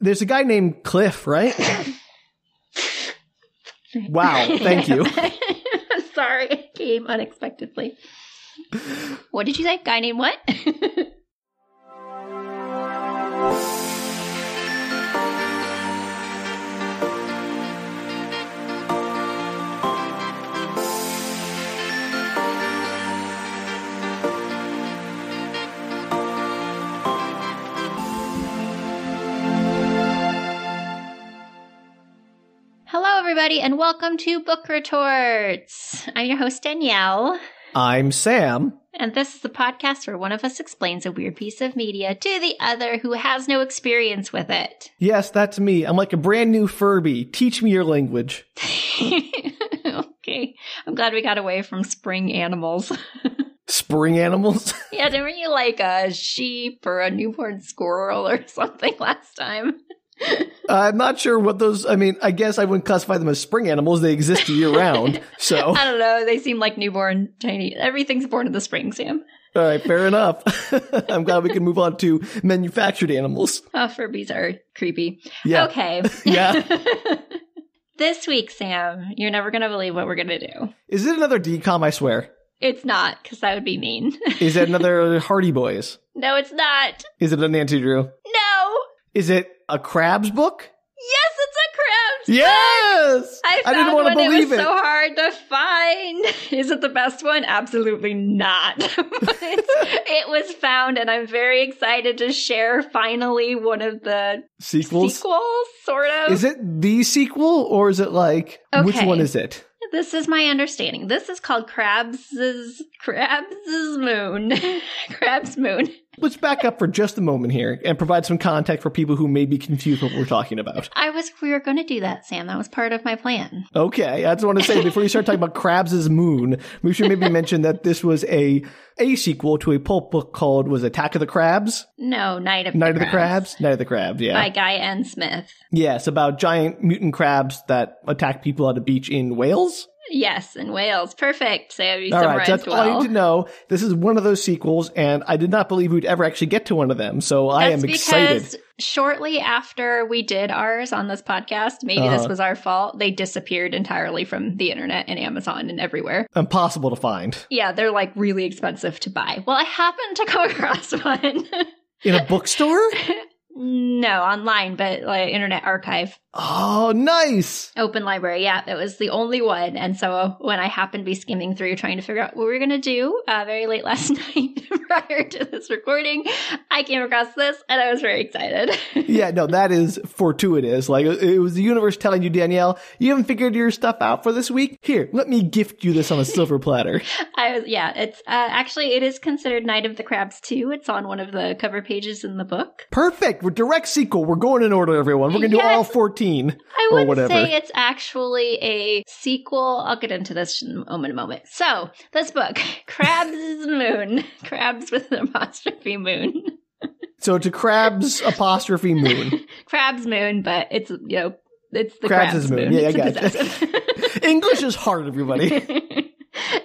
there's a guy named Cliff, right? wow, thank you. Sorry, it came unexpectedly. What did you say? Guy named what? Hello, everybody, and welcome to Book Retorts. I'm your host, Danielle. I'm Sam. And this is the podcast where one of us explains a weird piece of media to the other who has no experience with it. Yes, that's me. I'm like a brand new Furby. Teach me your language. okay. I'm glad we got away from spring animals. Spring animals? yeah, didn't you like a sheep or a newborn squirrel or something last time? I'm not sure what those. I mean, I guess I wouldn't classify them as spring animals. They exist year round. So, I don't know. They seem like newborn, tiny. Everything's born in the spring, Sam. all right, fair enough. I'm glad we can move on to manufactured animals. Oh, Furbies are creepy. Yeah. Okay. Yeah. this week, Sam, you're never going to believe what we're going to do. Is it another DCOM? I swear. It's not, because that would be mean. Is it another Hardy Boys? no, it's not. Is it a Nancy Drew? No. Is it a crabs book? Yes, it's a crab. Yes! I found didn't want one. to believe it was it. so hard to find. Is it the best one? Absolutely not. But it was found, and I'm very excited to share finally one of the Sequels? sequels, sort of. Is it the sequel or is it like which Okay. one is it? This is my understanding. This is called Krabs's Krabs's Moon. Krabs Moon. Let's back up for just a moment here and provide some context for people who may be confused with what we're talking about. I was we were going to do that, Sam. That was part of my plan. Okay, I just want to say before you start talking about Krabs' Moon, we should maybe mention that this was a a sequel to a pulp book called was Attack of the Crabs, No, Night of Night of the the Crabs, Night of the Crabs. Yeah, by Guy N. Smith. yes, about giant mutant crabs that attack people at a beach in Wales. Yes, in Wales. Perfect, Sam. You All summarized right, so that's well. all you need to know. This is one of those sequels, and I did not believe we'd ever actually get to one of them. So I That's am because excited. shortly after we did ours on this podcast, maybe this Uh-huh. was our fault. They disappeared entirely from the internet and Amazon and everywhere. Impossible to find Yeah, they're like really expensive to buy. Well, I happened to come across one. in a bookstore. no, online, but like Internet Archive, oh, nice! Open Library. Yeah, that was the only one. And so when I happened to be skimming through trying to figure out what we were going to do uh, very late last night prior to this recording, I came across this and I was very excited. Yeah, no, that is fortuitous. Like it it was the universe telling you, Danielle, you haven't figured your stuff out for this week. Here, let me gift you this on a silver platter. I was, yeah, it's uh, actually it is considered Night of the Crabs too. It's on one of the cover pages in the book. Perfect. We're direct sequel. We're going in order, everyone. We're gonna do all Yes. fourteen. I Or would whatever. say it's actually a sequel. I'll get into this in a moment. a moment. So this book, Crabs Moon, Crabs with an apostrophe Moon, So it's a crabs apostrophe moon. Crabs Moon, but it's you know it's the Crabs, Crabs is moon. Yeah, It's I a got it. possessive. English is hard, everybody.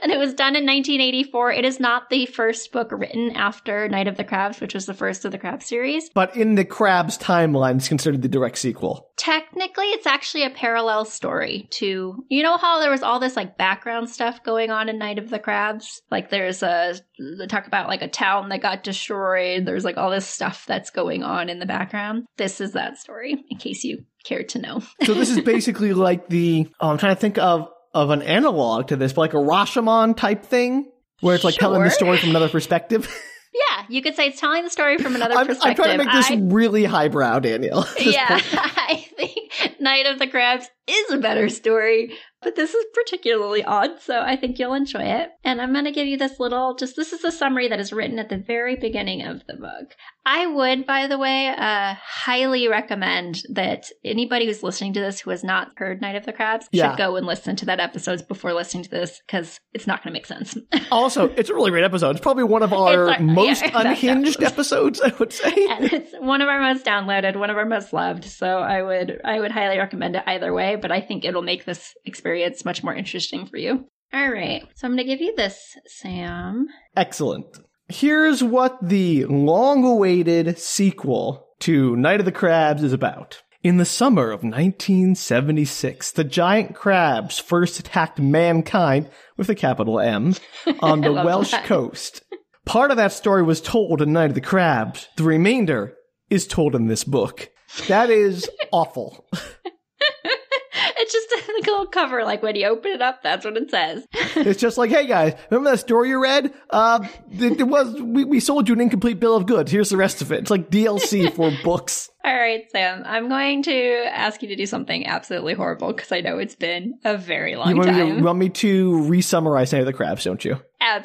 and it was done in 1984. It is not the first book written after Night of the Crabs, which was the first of the Crab series. But in the crabs timeline, it's considered the direct sequel. technically it's actually a parallel story to you know how there was all this like background stuff going on in night of the crabs like there's a they talk about like a town that got destroyed there's like all this stuff that's going on in the background this is that story in case you cared to know So this is basically like the oh, I'm trying to think of of an analog to this, but like a Rashomon type thing, where it's like telling the Sure. story from another perspective. yeah you could say it's telling the story from another I'm, I'm perspective trying to make this I- really highbrow, Daniel. At this yeah point. i think night of the crabs is a better story but this is particularly odd so i think you'll enjoy it and i'm going to give you this little just this is a summary that is written at the very beginning of the book i would by the way uh, highly recommend that anybody who's listening to this who has not heard night of the crabs Yeah. should go and listen to that episode before listening to this because it's not going to make sense Also, it's a really great episode. It's probably one of our our- yeah, most exactly. unhinged episodes, I would say. and it's one of our most downloaded, one of our most loved. So I would I would highly recommend it either way, but I think it'll make this experience much more interesting for you. All right. So I'm going to give you this, Sam. Excellent. Here's what the long awaited sequel to Night of the Crabs is about. In the summer of 1976, the giant crabs first attacked mankind with a capital M on the love Welsh that. coast. Part of that story was told in Night of the Crabs. The remainder is told in this book. That is awful. it's just a little cover. Like when you open it up, that's what it says. It's just like, hey guys, remember that story you read? Uh, it, it was we, we sold you an incomplete bill of goods. Here's the rest of it. It's like DLC for books. All right, Sam, I'm going to ask you to do something absolutely horrible because I know it's been a very long You want, me to, time. you want me to re-summarize Night of the Crabs, don't you?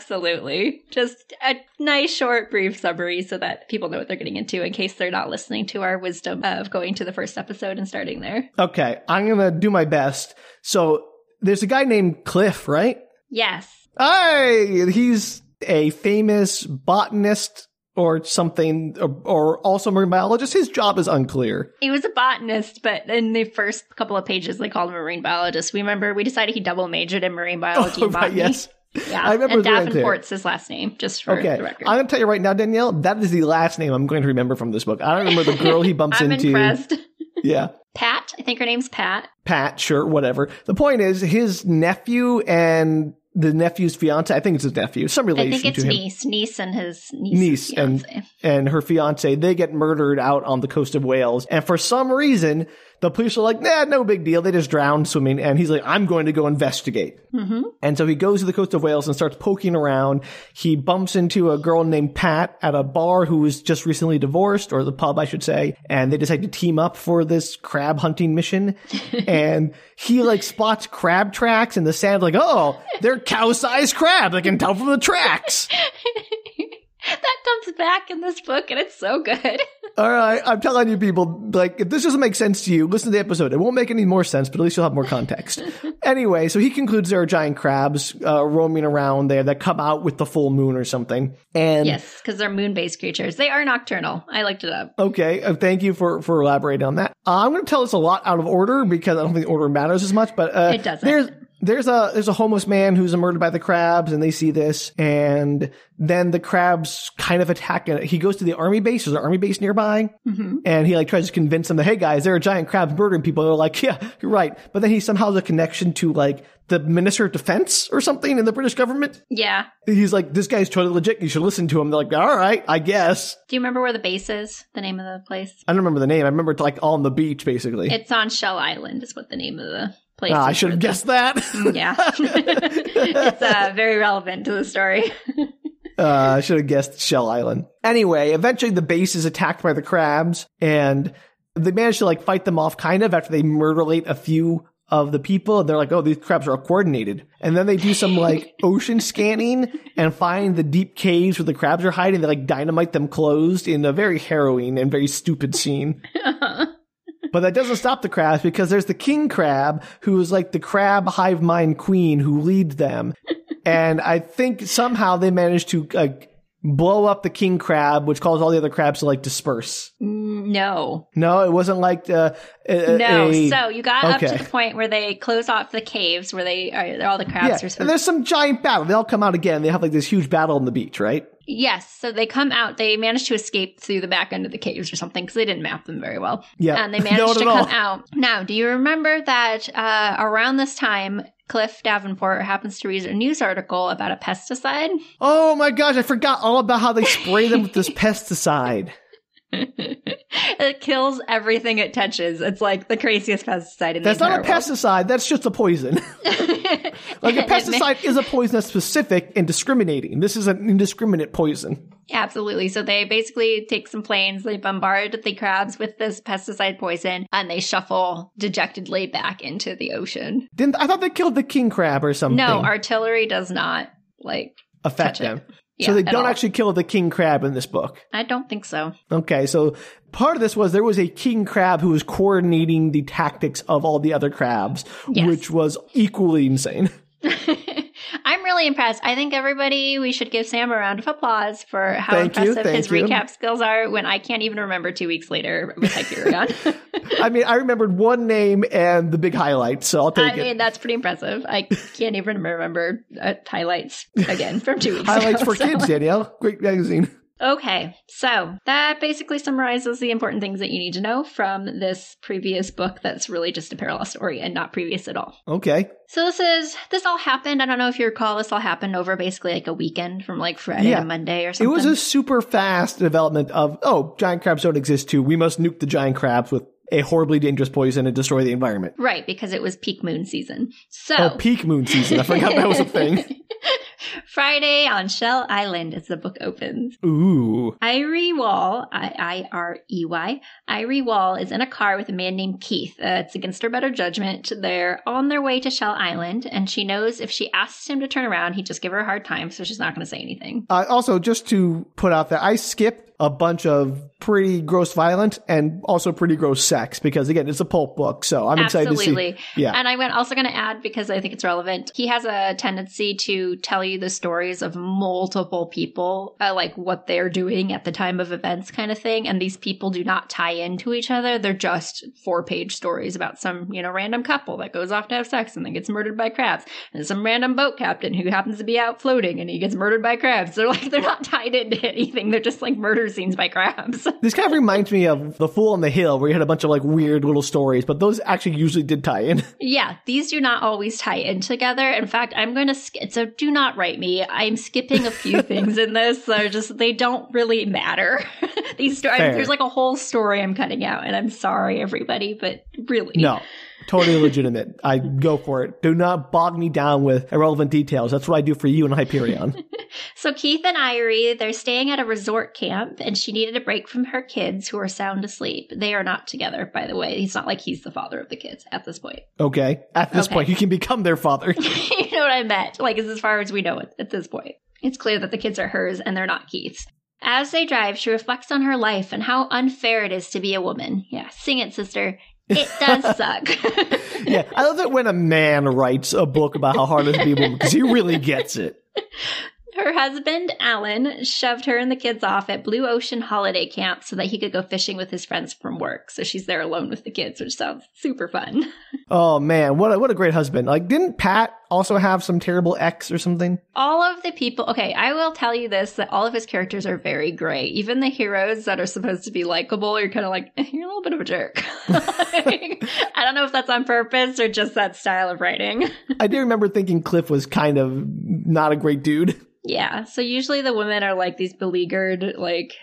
Absolutely. Just a nice, short, brief summary so that people know what they're getting into in case they're not listening to our wisdom of going to the first episode and starting there. Okay, I'm gonna do my best. So there's a guy named Cliff, right? Yes. Hey, he's a famous botanist or something, or, or also marine biologist. His job is unclear. He was a botanist, but in the first couple of pages, they called him a marine biologist. We remember we decided he double majored in marine biology and Oh, Right, botany. yes. Yeah. I remember and that there. Davenport's his last name, just for Okay, the I'm record. gonna tell you right now, Danielle. That is the last name I'm going to remember from this book. I don't remember the girl he bumps I'm into. impressed. Yeah, Pat, I think her name's Pat. Pat, sure, whatever. The point is, his nephew and the nephew's fiance. I think it's his nephew, some I relation think to it's him, niece. Niece and his niece. Niece and- and her fiance. They get murdered out on the coast of Wales, and for some reason, the police are like, "Nah, no big deal. They just drowned swimming." And he's like, "I'm going to go investigate." hmm And so he goes to the coast of Wales and starts poking around. He bumps into a girl named Pat at a bar who was just recently divorced, or the pub, I should say. And they decide to team up for this crab hunting mission. and he like spots crab tracks in the sand, like, oh, they're cow-sized crabs. I can tell from the tracks. that comes back in this book, and it's so good. All right, I'm telling you, people, like, if this doesn't make sense to you, listen to the episode. It won't make any more sense, but at least you'll have more context. anyway, so he concludes there are giant crabs uh, roaming around there that come out with the full moon or something. And Yes, because they're moon based creatures. They are nocturnal. I looked it up. okay, uh, thank you for for elaborating on that. Uh, I'm going to tell this a lot out of order because I don't think the order matters as much, but uh, It doesn't. There's there's a there's a homeless man who's murdered by the crabs, and they see this, and then the crabs kind of attack. it. He goes to the army base. There's an army base nearby. hmm And he like tries to convince them that hey guys, there are giant crabs murdering people. They're like, yeah, you're right. But then he somehow has a connection to like the Minister of Defense or something in the British government. Yeah. He's like, this guy's totally legit. You should listen to him. They're like, all right, I guess. Do you remember where the base is? The name of the place? I don't remember the name. I remember it's like on the beach basically. It's on Shell Island, is what the name of the place. Ah, I is should have where guessed that. the- Yeah. it's uh, very relevant to the story. Uh, I should have guessed Shell Island. Anyway, eventually the base is attacked by the crabs, and they manage to like fight them off kind of after they murderate a few of the people. And they're like, "Oh, these crabs are coordinated." And then they do some like ocean scanning and find the deep caves where the crabs are hiding. They like dynamite them closed in a very harrowing and very stupid scene. But that doesn't stop the crabs because there's the king crab who is like the crab hive mind queen who leads them. and I think somehow they managed to like blow up the king crab, which caused all the other crabs to like disperse. no. No, it wasn't like uh, a, a- No. a- so you got up okay. to the point where they close off the caves where they are all the crabs yeah, are and supposed there's some giant battle. They all come out again. They have like this huge battle on the beach, right? Yes, so they come out. They managed to escape through the back end of the caves or something because they didn't map them very well. Yeah, and they Not managed at to all. come out. Now, do you remember that uh, around this time, Cliff Davenport happens to read a news article about a pesticide? Oh my gosh, I forgot all about how they spray them with this pesticide. it kills everything it touches. It's like the craziest pesticide in That's the not entire a pesticide. That's just a poison. pesticide. Like a pesticide is a poison that's specific and discriminating. This is an indiscriminate poison. Absolutely. So they basically take some planes, they bombard the crabs with this pesticide poison, and they shuffle dejectedly back into the ocean. Didn't I thought they killed the king crab or something? No, artillery does not like. affect touch it. them. Yeah, so they at don't all. actually kill the king crab in this book. I don't think so. Okay, so part of this was there was a king crab who was coordinating the tactics of all the other crabs, Yes. which was equally insane. I'm really impressed. I think everybody, we should give Sam a round of applause for how Thank you, impressive thank his you. recap skills are. When I can't even remember two weeks later with Hyperion. I mean, I remembered one name and the big highlight, so I'll take I it. mean, that's pretty impressive. I can't even remember uh, highlights again from two weeks. Highlights ago, for so- kids, Danielle. Great magazine. Okay, so that basically summarizes the important things that you need to know from this previous book that's really just a parallel story and not previous at all. Okay. So this is this all happened. I don't know if you recall this all happened over basically like a weekend from like Friday Yeah. to Monday or It something. was a super fast development of, oh, giant crabs don't exist too. We must nuke the giant crabs with a horribly dangerous poison and destroy the environment. right because it was peak moon season. So Oh, peak moon season. I forgot that was a thing. Friday on Shell Island as the book opens. Ooh. Irie Wall, I I R E Y, Irie Wall is in a car with a man named Keith. Uh, it's against her better judgment. They're on their way to Shell Island, and she knows if she asks him to turn around, he'd just give her a hard time, so she's not going to say anything. Uh, also, just to put out there, I skipped a bunch of pretty gross violent and also pretty gross sex because, again, it's a pulp book, so I'm excited to see. Absolutely. Yeah. And I'm gonna- also going to add, because I think it's relevant, he has a tendency to tell you the stories of multiple people, uh, like what they're doing at the time of events, kind of thing. And these people do not tie into each other. They're just four page stories about some, you know, random couple that goes off to have sex and then gets murdered by crabs. And some random boat captain who happens to be out floating and he gets murdered by crabs. They're like, they're not tied into anything. They're just like murder scenes by crabs. This kind of reminds me of The Fool on the Hill, where you had a bunch of like weird little stories, but those actually usually did tie in. Yeah, these do not always tie in together. In fact, I'm going to sk- so do not write me. I'm skipping a few things in this that are just they don't really matter. these stories Fair. there's like a whole story I'm cutting out, and I'm sorry everybody, but really, No, totally legitimate. I go for it. Do not bog me down with irrelevant details. That's what I do for you and Hyperion. So Keith and Irie, they're staying at a resort camp, and she needed a break from her kids who are sound asleep. They are not together, by the way. He's not like he's the father of the kids at this point. Okay. At this Okay. point, you can become their father. you know what I meant? Like, is as far as we know it at this point. It's clear that the kids are hers and they're not Keith's. As they drive, she reflects on her life and how unfair it is to be a woman. Yeah, sing it, sister. It does suck. yeah. I love it when a man writes a book about how hard it is to be a woman because he really gets it. Her husband, Alan, shoved her and the kids off at Blue Ocean Holiday Camp so that he could go fishing with his friends from work. So she's there alone with the kids, which sounds super fun. Oh man, what a, what a great husband! Like, didn't Pat also have some terrible ex or something? all of the people okay i will tell you this that all of his characters are very gray even the heroes that are supposed to be likable you're kind of like "Eh, you're a little bit of a jerk Like, i don't know if that's on purpose or just that style of writing I do remember thinking Cliff was kind of not a great dude. yeah so usually the women are like these beleaguered like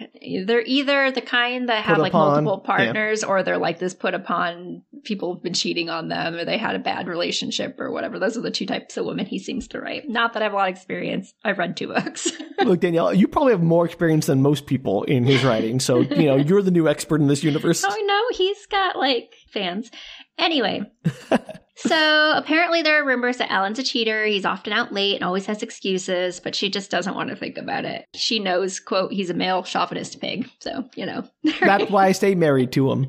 they're either the kind that have Put like upon, multiple yeah. partners or they're like this put upon people have been cheating on them or they had a bad relationship or whatever those are the two types of women he seems to write not that i have a lot of experience i've read two books Look, Danielle, you probably have more experience than most people in his writing, so you know you're the new expert in this universe. Oh no, he's got like fans. Anyway. so apparently there are rumors that Alan's a cheater, he's often out late and always has excuses, but she just doesn't want to think about it. She knows, quote, he's a male chauvinist pig. So, you know. That's why I stay married to him.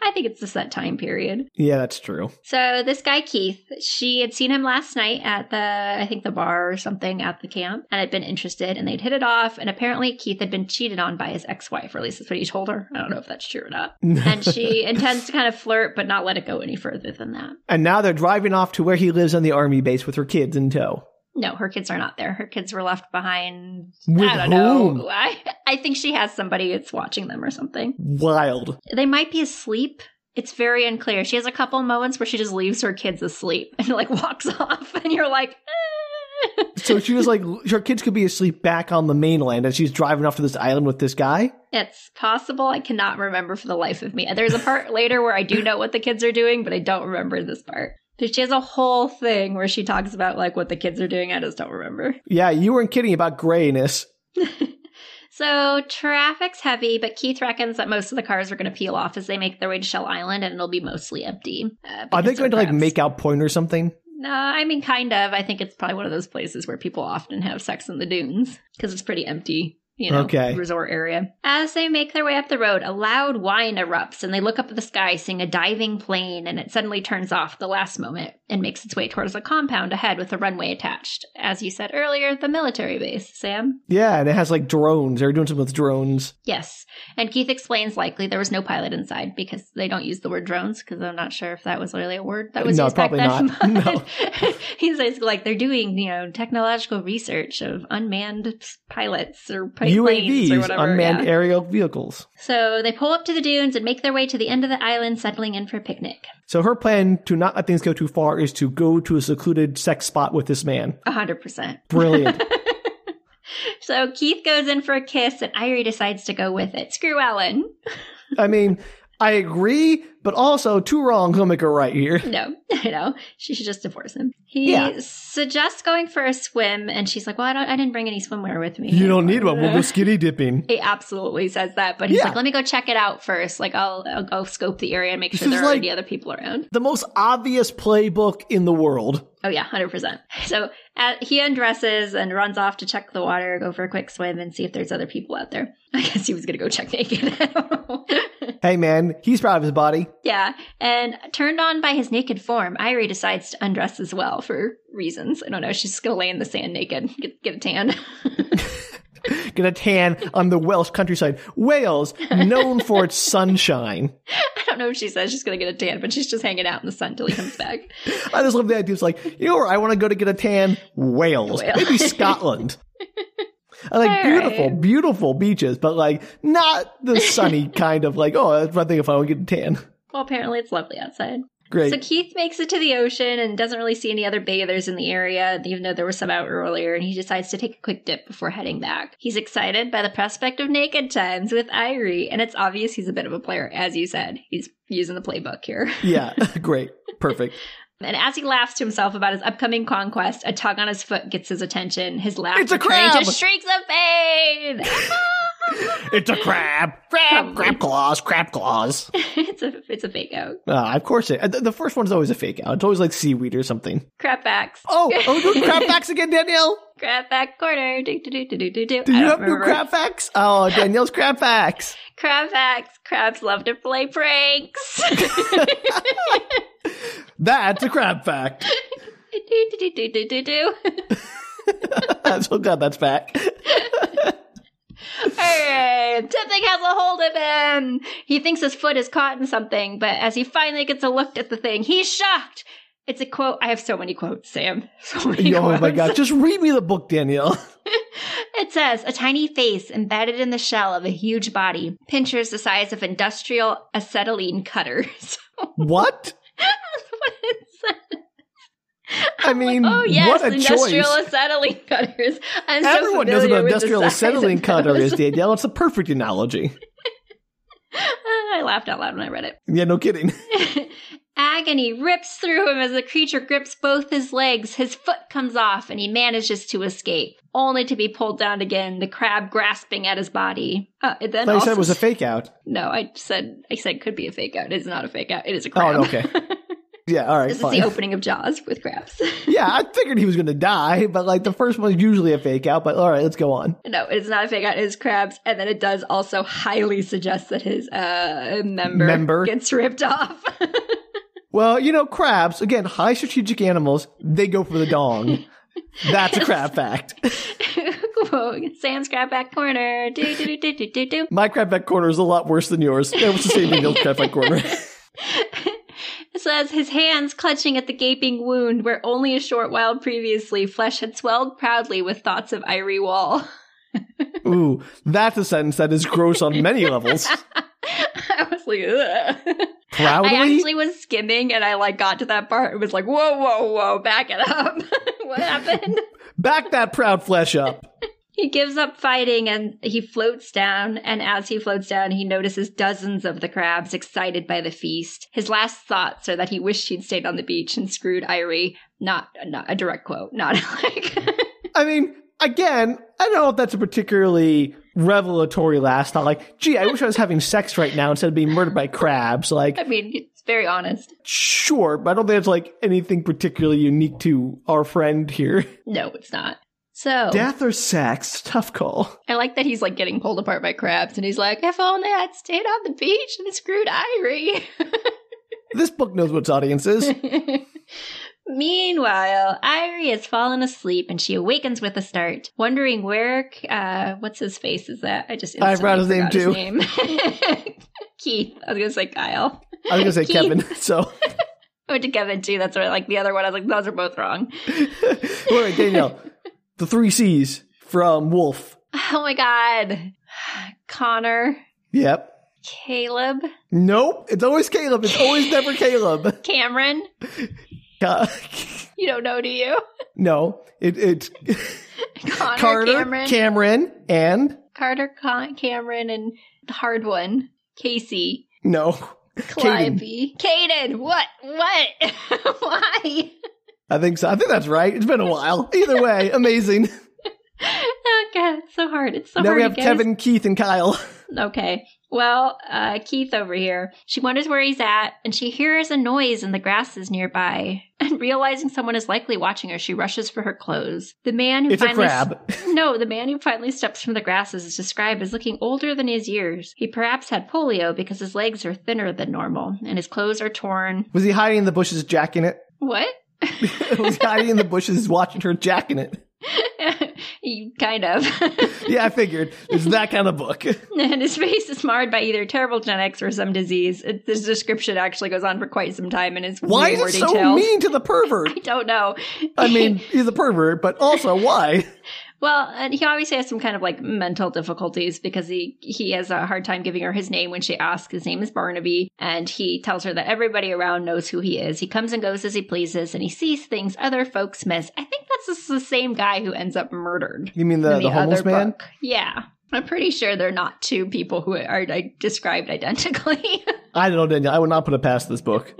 I think it's just that time period. Yeah, that's true. So this guy Keith, she had seen him last night at the I think the bar or something at the camp and had been interested and they'd hit it off and apparently Keith had been cheated on by his ex-wife, or at least that's what he told her. I don't know if that's true or not. and she intends to kind of flirt but not let it go any further than that. And now they're driving off to where he lives on the army base with her kids in tow. No, her kids are not there. Her kids were left behind. With I don't whom? know. I, I think she has somebody that's watching them or something. Wild. They might be asleep. It's very unclear. She has a couple moments where she just leaves her kids asleep and like walks off, and you're like, "Eh." So she was like, her kids could be asleep back on the mainland, and she's driving off to this island with this guy. it's possible. I cannot remember for the life of me. There's a part later where I do know what the kids are doing, but I don't remember this part. But she has a whole thing where she talks about like what the kids are doing. I just don't remember. Yeah, you weren't kidding about grayness. So traffic's heavy, but Keith reckons that most of the cars are going to peel off as they make their way to Shell Island, and it'll be mostly empty. Uh, Are they because going to they're like crabs. make out point or something? No, I mean kind of. I think it's probably one of those places where people often have sex in the dunes because it's pretty empty. You know, Okay. resort area. As they make their way up the road, a loud whine erupts, and they look up at the sky, seeing a diving plane, and it suddenly turns off at the last moment and makes its way towards a compound ahead with a runway attached. As you said earlier, the military base, Sam. Yeah, and it has like drones. They're doing something with drones. Yes. And Keith explains likely there was no pilot inside because they don't use the word drones because I'm not sure if that was really a word that was No, used back probably then. not. No. But He's basically like they're doing, you know, technological research of unmanned pilots or fight planes or UAVs, whatever. unmanned yeah. aerial vehicles. So they pull up to the dunes and make their way to the end of the island, settling in for a picnic. So her plan to not let things go too far is to go to a secluded sex spot with this man. A hundred percent. Brilliant. So Keith goes in for a kiss, and Irie decides to go with it. Screw Ellen. I mean, I agree, but also two wrongs will make a right here. No, you know, she should just divorce him. He Yeah. suggests going for a swim, and she's like, "Well, I, don't, I didn't bring any swimwear with me." You don't need one. We'll go skinny dipping. He absolutely says that, but he's Yeah. like, "Let me go check it out first. Like, I'll I'll go scope the area and make This sure there is aren't like- any other people around." The most obvious playbook in the world. Oh yeah, hundred percent. So uh, he undresses and runs off to check the water, go for a quick swim, and see if there's other people out there. I guess he was gonna go check naked. I don't know. Hey man, he's proud of his body. Yeah, and turned on by his naked form, Irie decides to undress as well for reasons. I don't know. She's just gonna lay in the sand naked, get, get a tan. Get a tan on the Welsh countryside. Wales, known for its sunshine. I don't know if she says she's gonna get a tan, but she's just hanging out in the sun till he comes back. I just love the idea. It's like, you know where I want to go to get a tan? Wales. Wales. Maybe Scotland. I like All right. beautiful, beautiful beaches, but like not the sunny kind of like, oh, that's one thing if I want to get a tan. well, apparently it's lovely outside. Great. So Keith makes it to the ocean and doesn't really see any other bathers in the area, even though there were some out earlier, and he decides to take a quick dip before heading back. He's excited by the prospect of naked times with Irie, and it's obvious he's a bit of a player, as you said. He's using the playbook here. yeah. Great. Perfect. And as he laughs to himself about his upcoming conquest, a tug on his foot gets his attention. His laughter It's a turning crab! to shrieks of pain. It's a crab. Crab. Crab claws. Crab claws. it's a it's a fake out. Ah, of course it. The, the first one's always a fake out. It's always like seaweed or something. Crap facts. Oh, are we doing crab facts again, Danielle? Crap fact corner. Do do do do do do do. Do I you don't have new remember. crab facts? Oh, Danielle's crab facts. Crab facts. Crabs love to play pranks. That's a crab fact. do do do do do do do. I'm so glad that's back. Alright, something has a hold of him. He thinks his foot is caught in something, but as he finally gets a look at the thing, he's shocked. It's a quote. I have so many quotes, Sam. So many oh quotes. my god, just read me the book, Danielle. It says a tiny face embedded in the shell of a huge body, pinchers the size of industrial acetylene cutters. What? That's what it says. I mean, oh yes, what a industrial choice. acetylene cutters. I'm so Everyone knows familiar what with the industrial size of acetylene cutter those. is, Danielle. It's the perfect analogy. I laughed out loud when I read it. Yeah, no kidding. Agony rips through him as the creature grips both his legs. His foot comes off and he manages to escape, only to be pulled down again, the crab grasping at his body. Uh, it then Like I also said, it was a fake out. No, I said I said could be a fake out. It is not a fake out. It is a crab. Oh, okay. Yeah, all right, this fine. is the opening of Jaws with crabs. yeah, I figured he was going to die, but like the first one's usually a fake out, but all right, let's go on. no, it is not a fake out. It is crabs, and then it does also highly suggest that his uh member, Member. gets ripped off. Well, you know, crabs, again, high strategic animals, they go for the dong. That's a crab fact. Whoa, Sam's crab back corner. Do do do do do do do. My crab fact corner is a lot worse than yours. It was the same Danielle's crab fact corner. It says his hands clutching at the gaping wound where only a short while previously flesh had swelled proudly with thoughts of Irie Wall. Ooh, that's a sentence that is gross on many levels. I was like, Ugh. Proudly? I actually was skimming and I like got to that part and was like, whoa, whoa, whoa, back it up. what happened? Back that proud flesh up. he gives up fighting and he floats down. And as he floats down, he notices dozens of the crabs excited by the feast. His last thoughts are that he wished he'd stayed on the beach and screwed Irie. Not, not a direct quote, not like. I mean, again, I don't know if that's a particularly revelatory last thought. Like, gee, I wish I was having sex right now instead of being murdered by crabs. Like, I mean, it's very honest. sure, but I don't think it's like anything particularly unique to our friend here. No, it's not. So Death or sex? Tough call. I like that he's like getting pulled apart by crabs, and he's like, "If only I'd stayed on the beach and screwed Irie." This book knows what its audience is. Meanwhile, Irie has fallen asleep and she awakens with a start, wondering where, uh, what's his face is that? I just I forgot his name, instantly forgot his name. Keith. I was going to say Kyle. I was gonna say Keith. Kevin. So, I went to Kevin too. That's right. Like the other one. I was like, those are both wrong. wait, wait, Danielle, the three C's from Wolf. Oh my God. Connor, Yep. Caleb, Nope. It's always Caleb. It's always never Caleb. Cameron. Ca- You don't know, do you? no. It, it's Connor, Carter, Cameron. Cameron, and Carter, Con- Cameron, and the hard one, Casey, no. Caden. Clivey, Caden. What? What? Why? I think so. I think that's right. It's been a while. Either way, amazing. Oh God, it's so hard. It's so now hard. we to have get. Kevin, Keith, and Kyle. Okay. Well, uh, Keith over here. She wonders where he's at, and she hears a noise in the grasses nearby. And realizing someone is likely watching her, she rushes for her clothes. The man who It's a finally crab. No, the man who finally steps from the grasses is described as looking older than his years. He perhaps had polio because his legs are thinner than normal and his clothes are torn. Was he hiding in the bushes, jacking it? What? was hiding in the bushes, watching her jacking it. You- kind of. Yeah, I figured it's that kind of book. and his face is marred by either terrible genetics or some disease. It, this description actually goes on for quite some time and is Why way is more it so detailed. mean to the pervert? I don't know. I mean, he's a pervert, but also why? well, and he obviously has some kind of like mental difficulties because he he has a hard time giving her his name when she asks. His name is Barnaby, and he tells her that everybody around knows who he is. He comes and goes as he pleases, and he sees things other folks miss. I think that's the same guy who ends up murdered. You mean the, in the, homeless other man? book. Yeah. I'm pretty sure they're not two people who are like, described identically. I don't know, Daniel. I would not put it past this book.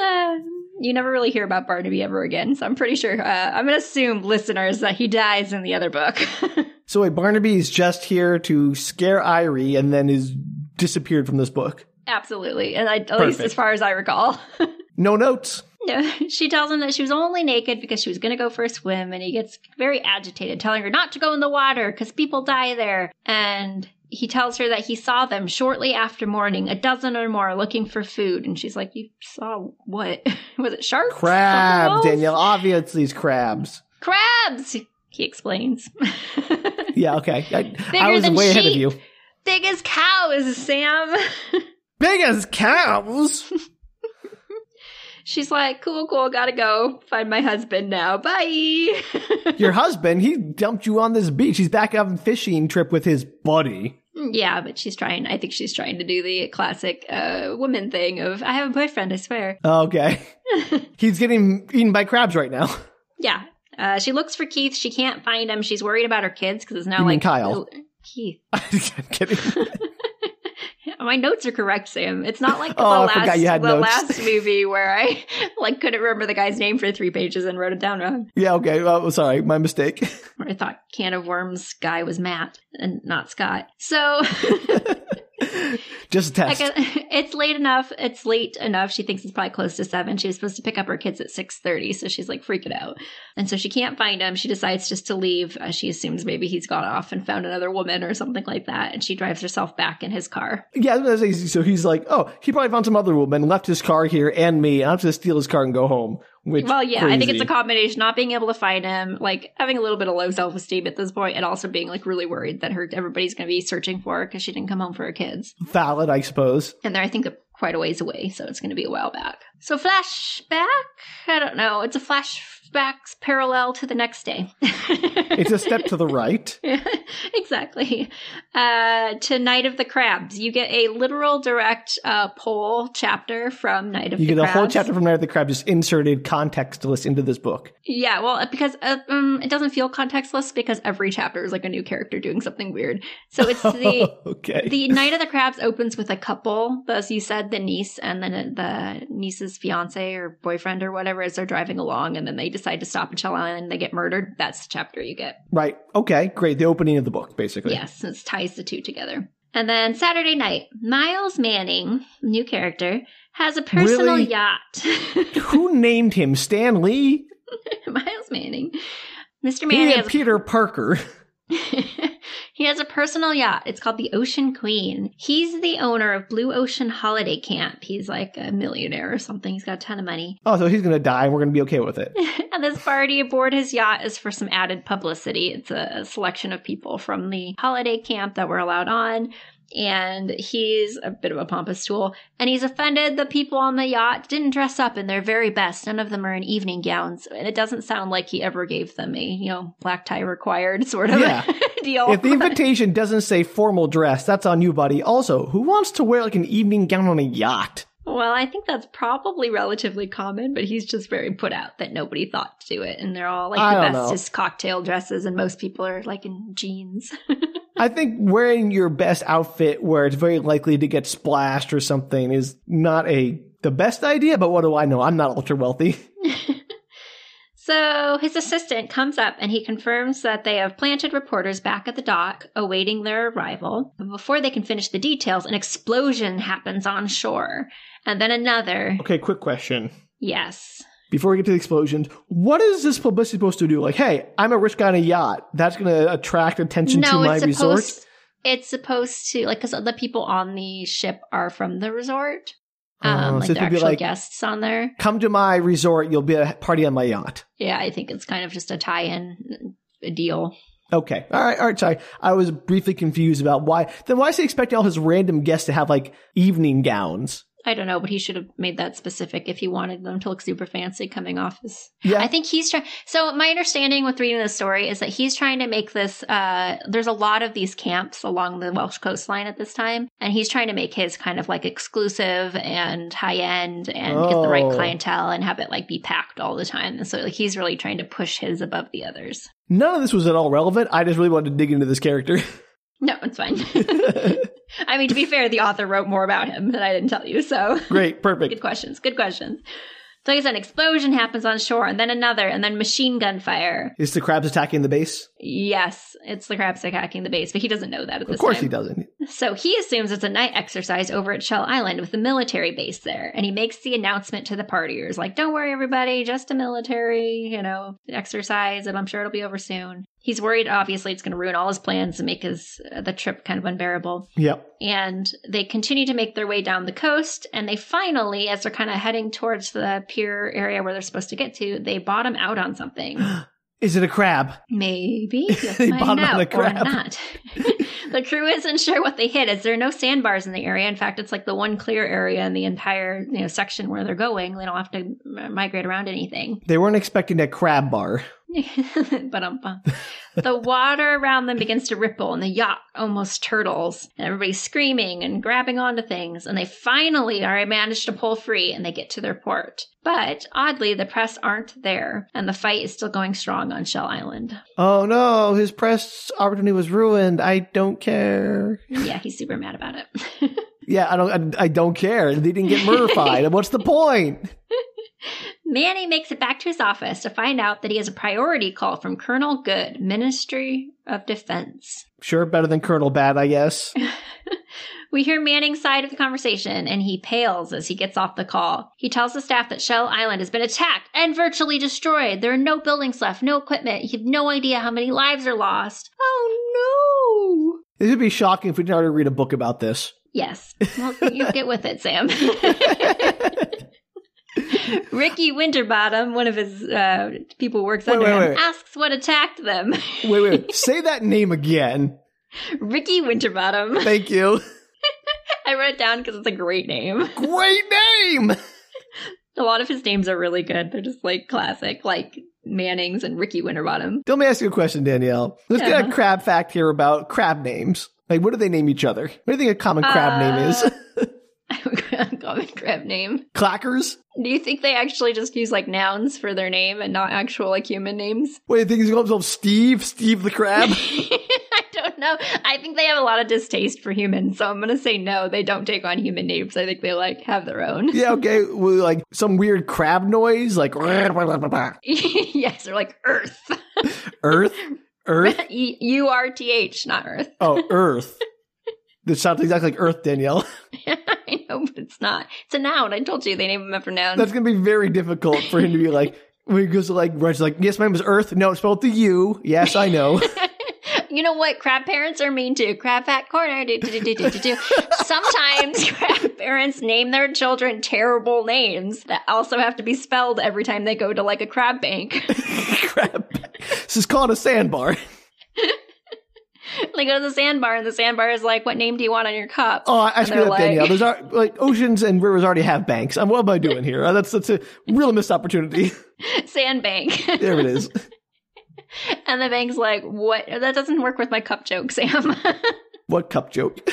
Uh, you never really hear about Barnaby ever again, so I'm pretty sure. Uh, I'm going to assume, listeners, that he dies in the other book. So wait, Barnaby is just here to scare Irie and then is disappeared from this book. Absolutely. And I, at least Perfect. as far as I recall. No notes. No, she tells him that she was only naked because she was going to go for a swim, and he gets very agitated, telling her not to go in the water because people die there. And he tells her that he saw them shortly after morning, a dozen or more, looking for food. And she's like, "You saw what? Was it sharks? Crabs, Something else? Danielle. Obviously, it's crabs. Crabs." He explains. Yeah, okay. I, I Bigger was than way ahead of sheep. you. Big as cows, Sam. Big as cows. She's like, "Cool, cool, gotta go find my husband now. Bye." Your husband, he dumped you on this beach. He's back on a fishing trip with his buddy. Yeah, but she's trying. I think she's trying to do the classic uh, woman thing of "I have a boyfriend, I swear." Okay. He's getting eaten by crabs right now. Yeah, uh, she looks for Keith. She can't find him. She's worried about her kids because it's now You mean like "Oh, Kyle? Keith. I'm kidding. My notes are correct, Sam. It's not like Oh, the I last forgot you had the notes. last movie where I like couldn't remember the guy's name for three pages and wrote it down wrong. Yeah, okay. Well, sorry, my mistake. Or I thought Can of Worms guy was Matt and not Scott. So. Just a I test. guess- it's late enough. It's late enough. She thinks it's probably close to seven. She was supposed to pick up her kids at six thirty, so she's like freaking out, and so she can't find him. She decides just to leave. Uh, she assumes maybe he's gone off and found another woman or something like that, and she drives herself back in his car. yeah, that's easy. So he's like, oh, he probably found some other woman, left his car here, and me. I'm just gonna steal his car and go home. Which, well, yeah, I think it's crazy. a combination not being able to find him, like having a little bit of low self esteem at this point, and also being like really worried that her everybody's going to be searching for her because she didn't come home for her kids. valid, I suppose. and they're I think quite a ways away, so it's going to be a while back. So flashback? I don't know. It's a flashback parallel to the next day. It's a step to the right. exactly. Uh, to Night of the Crabs, you get a literal direct uh, poll chapter from Night of You the get a whole Crabs. chapter from Night of the Crab just inserted contextless into this book. Yeah, well, because uh, um, it doesn't feel contextless because every chapter is like a new character doing something weird. So it's the okay. The Night of the Crabs opens with a couple, but as you said, the niece and then the niece's fiance or boyfriend or whatever as they're driving along, and then they decide to stop and chill out, and they get murdered. That's the chapter you get. right. Okay. Great. The opening of the book, basically. Yes, it ties the two together. And then Saturday night, Miles Manning, new character, has a personal Really? yacht. Who named him? Stan Lee? Miles Manning, Mr. He Manning and has Peter Parker. he has a personal yacht. It's called the Ocean Queen. He's the owner of Blue Ocean Holiday Camp. He's like a millionaire or something. He's got a ton of money. Oh, so he's gonna die, and we're gonna be okay with it. and this party aboard his yacht is for some added publicity. It's a, a selection of people from the holiday camp that were allowed on. And he's a bit of a pompous tool. And he's offended the people on the yacht didn't dress up in their very best. None of them are in evening gowns. And it doesn't sound like he ever gave them a, you know, black tie required sort of Yeah. deal. If the invitation doesn't say formal dress, that's on you, buddy. Also, who wants to wear like an evening gown on a yacht? well, I think that's probably relatively common, but he's just very put out that nobody thought to do it. And they're all like I the don't know. bestest cocktail dresses, and most people are like in jeans. I think wearing your best outfit where it's very likely to get splashed or something is not a the best idea, but what do I know? I'm not ultra wealthy. So his assistant comes up and he confirms that they have planted reporters back at the dock awaiting their arrival. And Before they can finish the details, an explosion happens on shore. And then another. Okay, quick question. Yes. Before we get to the explosions, what is this publicity supposed to do? Like, hey, I'm a rich guy on a yacht. That's going to attract attention to No, my it's supposed resort. it's supposed to like cuz the people on the ship are from the resort. Um Oh, like so it the could be actual like- guests on there. Come to my resort. You'll be at a party on my yacht. Yeah, I think it's kind of just a tie-in a deal. Okay. All right. All right. Sorry. I was briefly confused about why. Then why is he expecting all his random guests to have like evening gowns? I don't know, but he should have made that specific if he wanted them to look super fancy coming off his Yeah. I think he's trying. So my understanding with reading this story is that he's trying to make this. Uh, there's a lot of these camps along the Welsh coastline at this time, and he's trying to make his kind of like exclusive and high end and get the right Oh. clientele and have it like be packed all the time. And so like he's really trying to push his above the others. None of this was at all relevant. I just really wanted to dig into this character. No, it's fine. I mean, to be fair, the author wrote more about him than I didn't tell you. So Great. Perfect. Good questions. Good questions. So like I said, an explosion happens on shore, and then another, and then machine gun fire. Is the crabs attacking the base? Yes, it's the crabs attacking the base, but he doesn't know that at this Of course he time. doesn't. So he assumes it's a night exercise over at Shell Island with the military base there, and he makes the announcement to the partiers like, "Don't worry, everybody, just a military, you know, exercise, and I'm sure it'll be over soon." He's worried, obviously, it's going to ruin all his plans and make his uh, the trip kind of unbearable. Yep. And they continue to make their way down the coast, and they finally, as they're kind of heading towards the pier area where they're supposed to get to, they bottom out on something. Is it a crab? Maybe you'll They find bombed on out a or crab. not. the crew isn't sure what they hit, as there are no sandbars in the area. In fact, it's like the one clear area in the entire you know section where they're going. They don't have to uh, migrate around anything. They weren't expecting a crab bar. but um, the water around them begins to ripple, and the yacht almost turtles. And everybody's screaming and grabbing onto things, and they finally are managed to pull free, and they get to their port. But oddly, the press aren't there, and the fight is still going strong on Shell Island. Oh no, his press opportunity was ruined. I don't care. Yeah, he's super mad about it. Yeah, I don't. I, I don't care. They didn't get murdered. What's the point? Manny makes it back to his office to find out that he has a priority call from Colonel Good, Ministry of Defense. Sure, better than Colonel Bad, I guess. We hear Manning's side of the conversation, and he pales as he gets off the call. He tells the staff that Shell Island has been attacked and virtually destroyed. There are no buildings left, no equipment. You have no idea how many lives are lost. Oh no! This would be shocking if we didn't already read a book about this. Yes. Well, you get with it, Sam. Ricky Winterbottom, one of his uh, people who works Wait, under wait, him, wait. asks what attacked them. Wait, wait, wait. say that name again. Ricky Winterbottom. Thank you. I wrote it down because it's a great name. Great name. A lot of his names are really good. They're just like classic, like Manning's and Ricky Winterbottom. Let me ask you a question, Danielle. Let's get a Yeah. crab fact here about crab names. Like, what do they name each other? What do you think a common crab name is? Uh, Common crab name. Clackers. Do you think they actually just use like nouns for their name and not actual like human names? What do you think he's called himself? Steve. Steve the crab. I don't know. I think they have a lot of distaste for humans, so I'm gonna say no. They don't take on human names. I think they like have their own. yeah. Okay. Well, like some weird crab noise, like yes, they're like Earth, Earth. Earth. E- U R T H, not Earth. Oh, Earth. This sounds exactly like Earth, Danielle. I know, but it's not. It's a noun. I told you they name them after nouns. That's gonna be very difficult for him to be like. When he goes to like, Reg, like, yes, my name is Earth. No, it's spelled the U. Yes, I know. you know what? Crab parents are mean too. Crab fat corner. Do, do, do, do, do, do, do. Sometimes crab parents name their children terrible names that also have to be spelled every time they go to like a crab bank. crab. This is called a sandbar. they go to the sandbar, and the sandbar is like, "What name do you want on your cup?" Oh, I, I And screwed they're up, like- Danielle. There's our, like oceans and rivers already have banks. Um, what am I doing here? Uh, That's that's a real missed opportunity. Sandbank. there it is. And the bank's like, what? That doesn't work with my cup joke, Sam. What cup joke?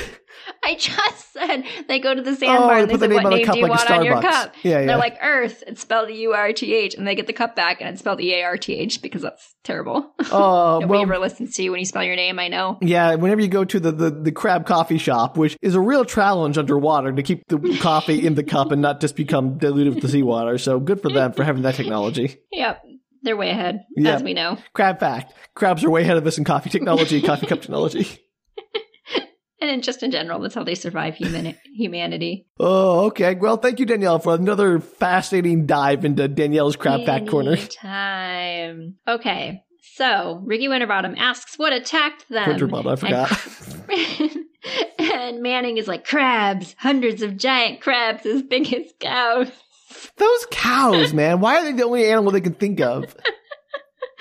I just said they go to the sandbar Oh, they and they put the say, name what on the name cup do you like a want on your Starbucks. cup? Yeah, And yeah. They're like, Earth. It's spelled U R T H. And they get the cup back and it's spelled E A R T H because that's terrible. Uh, Nobody well, ever listens to you when you spell your name, I know. yeah, whenever you go to the, the, the crab coffee shop, which is a real challenge underwater to keep the coffee in the cup and not just become diluted with the seawater. So good for them for having that technology. Yep. They're way ahead, Yeah. as we know. Crab fact. Crabs are way ahead of us in coffee technology, coffee cup technology. And in, just in general, that's how they survive human humanity. Oh, okay. Well, thank you, Danielle, for another fascinating dive into Danielle's crab fact corner. Time. Okay. So Ricky Winterbottom asks what attacked them. Printer bottle, I forgot. and Manning is like, crabs, hundreds of giant crabs as big as cows. Those cows, man. Why are they the only animal they can think of?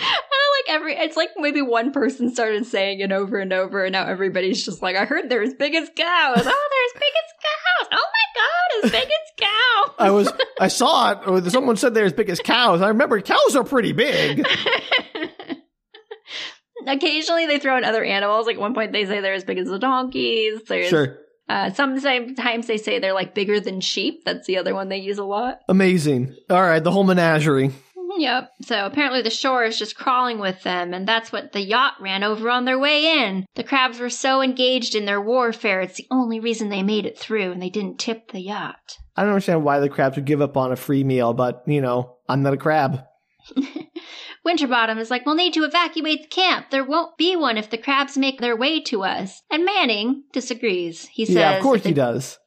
I don't like every, it's like maybe one person started saying it over and over, and now everybody's just like, I heard they're as big as cows. Oh, they're as big as cows. Oh my God, as big as cows. I was, I saw it, or someone said they're as big as cows. I remember cows are pretty big. Occasionally, they throw in other animals. Like at one point, they say they're as big as the donkeys. There's, Sure. Uh, sometimes they say they're like bigger than sheep. That's the other one they use a lot. Amazing. All right, the whole menagerie. Yep. So apparently the shore is just crawling with them, and that's what the yacht ran over on their way in. The crabs were so engaged in their warfare, it's the only reason they made it through, and they didn't tip the yacht. I don't understand why the crabs would give up on a free meal, but, you know, I'm not a crab. Winterbottom is like, We'll need to evacuate the camp. There won't be one if the crabs make their way to us. And Manning disagrees. He says, yeah, of course if they, he does.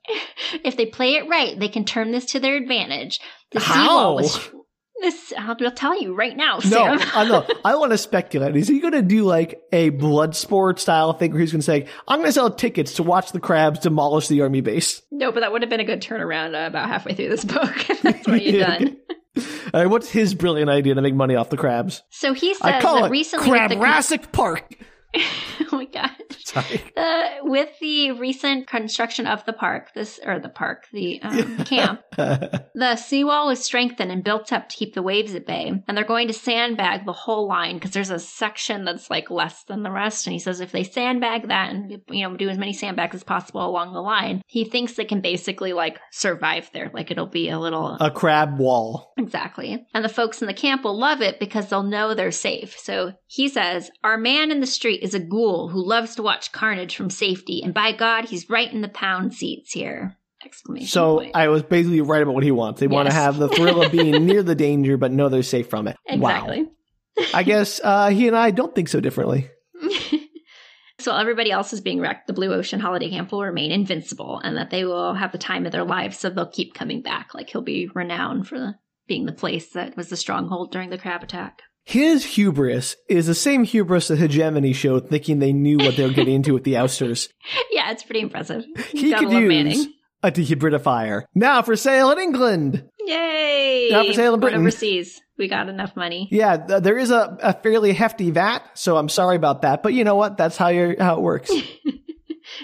if they play it right, they can turn this to their advantage. The How? seawall was. This, I'll tell you right now, No, Sam. I know. I want to speculate. Is he going to do like a blood sport style thing where he's going to say, I'm going to sell tickets to watch the crabs demolish the army base? No, but that would have been a good turnaround uh, about halfway through this book. That's what you've Yeah, done. All right, what's his brilliant idea to make money off the crabs? So he says I call that it recently with the Crabrasic Park. oh my gosh. Sorry. Uh, with the recent construction of the park, this or the park, the um, camp, the seawall was strengthened and built up to keep the waves at bay. And they're going to sandbag the whole line because there's a section that's like less than the rest. And he says if they sandbag that and you know do as many sandbags as possible along the line, he thinks they can basically like survive there. Like it'll be a little a crab wall. Exactly. And the folks in the camp will love it because they'll know they're safe. So he says, Our man in the street is a ghoul who loves to watch carnage from safety, and by God, he's right in the pound seats here. Exclamation. So point. I was basically right about what he wants. They want to Yes. have the thrill of being near the danger, but know they're safe from it. exactly. Wow. I guess uh, he and I don't think so differently. so while everybody else is being wrecked, the Blue Ocean Holiday Camp will remain invincible and that they will have the time of their lives, so they'll keep coming back. Like he'll be renowned for being the place that was the stronghold during the crab attack. His hubris is the same hubris that Hegemony showed, thinking they knew what they were getting into with the ousters. yeah, it's pretty impressive. He Gotta could love use Manning. a dehybridifier. Now for sale in England. Yay! Not for sale in Going Britain. overseas. We got enough money. Yeah, th- there is a, a fairly hefty VAT, so I'm sorry about that. But you know what? That's how you how it works.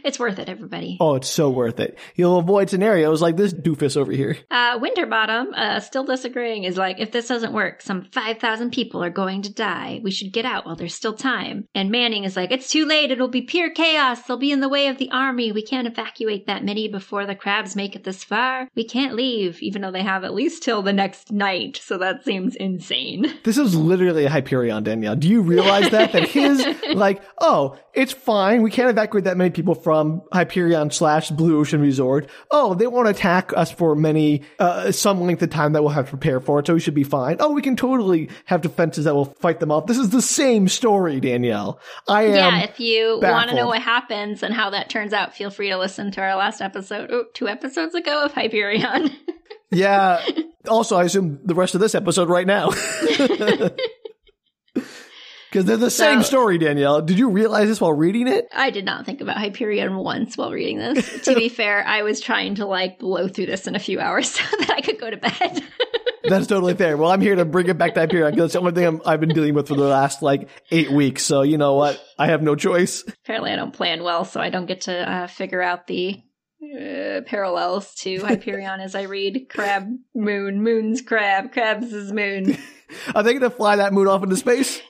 It's worth it, everybody. oh, it's so worth it. You'll avoid scenarios like this doofus over here. Uh, Winterbottom, uh, still disagreeing, is like, if this doesn't work, some 5,000 people are going to die. We should get out while there's still time. And Manning is like, it's too late. It'll be pure chaos. They'll be in the way of the army. We can't evacuate that many before the crabs make it this far. We can't leave, even though they have at least till the next night. So that seems insane. This is literally a Hyperion, Danielle. Do you realize that? that his, like, oh, it's fine. We can't evacuate that many people from Hyperion slash Blue Ocean Resort. Oh, they won't attack us for many, uh, some length of time that we'll have to prepare for it, so we should be fine. Oh, we can totally have defenses that will fight them off. This is the same story, Danielle. I am. yeah, if you want to baffled. know what happens and how that turns out, feel free to listen to our last episode, oh, two episodes ago of Hyperion. Yeah. Also, I assume the rest of this episode right now. Because they're the same So- story, Danielle. Did you realize this while reading it? I did not think about Hyperion once while reading this. to be fair, I was trying to like blow through this in a few hours so that I could go to bed. That's totally fair. Well, I'm here to bring it back to Hyperion because it's the only thing I'm, I've been dealing with for the last like eight weeks. So you know what? I have no choice. Apparently, I don't plan well, so I don't get to uh, figure out the uh, parallels to Hyperion as I read. Crab, moon, moon's crab, crab's is moon. Are they going to fly that moon off into space? I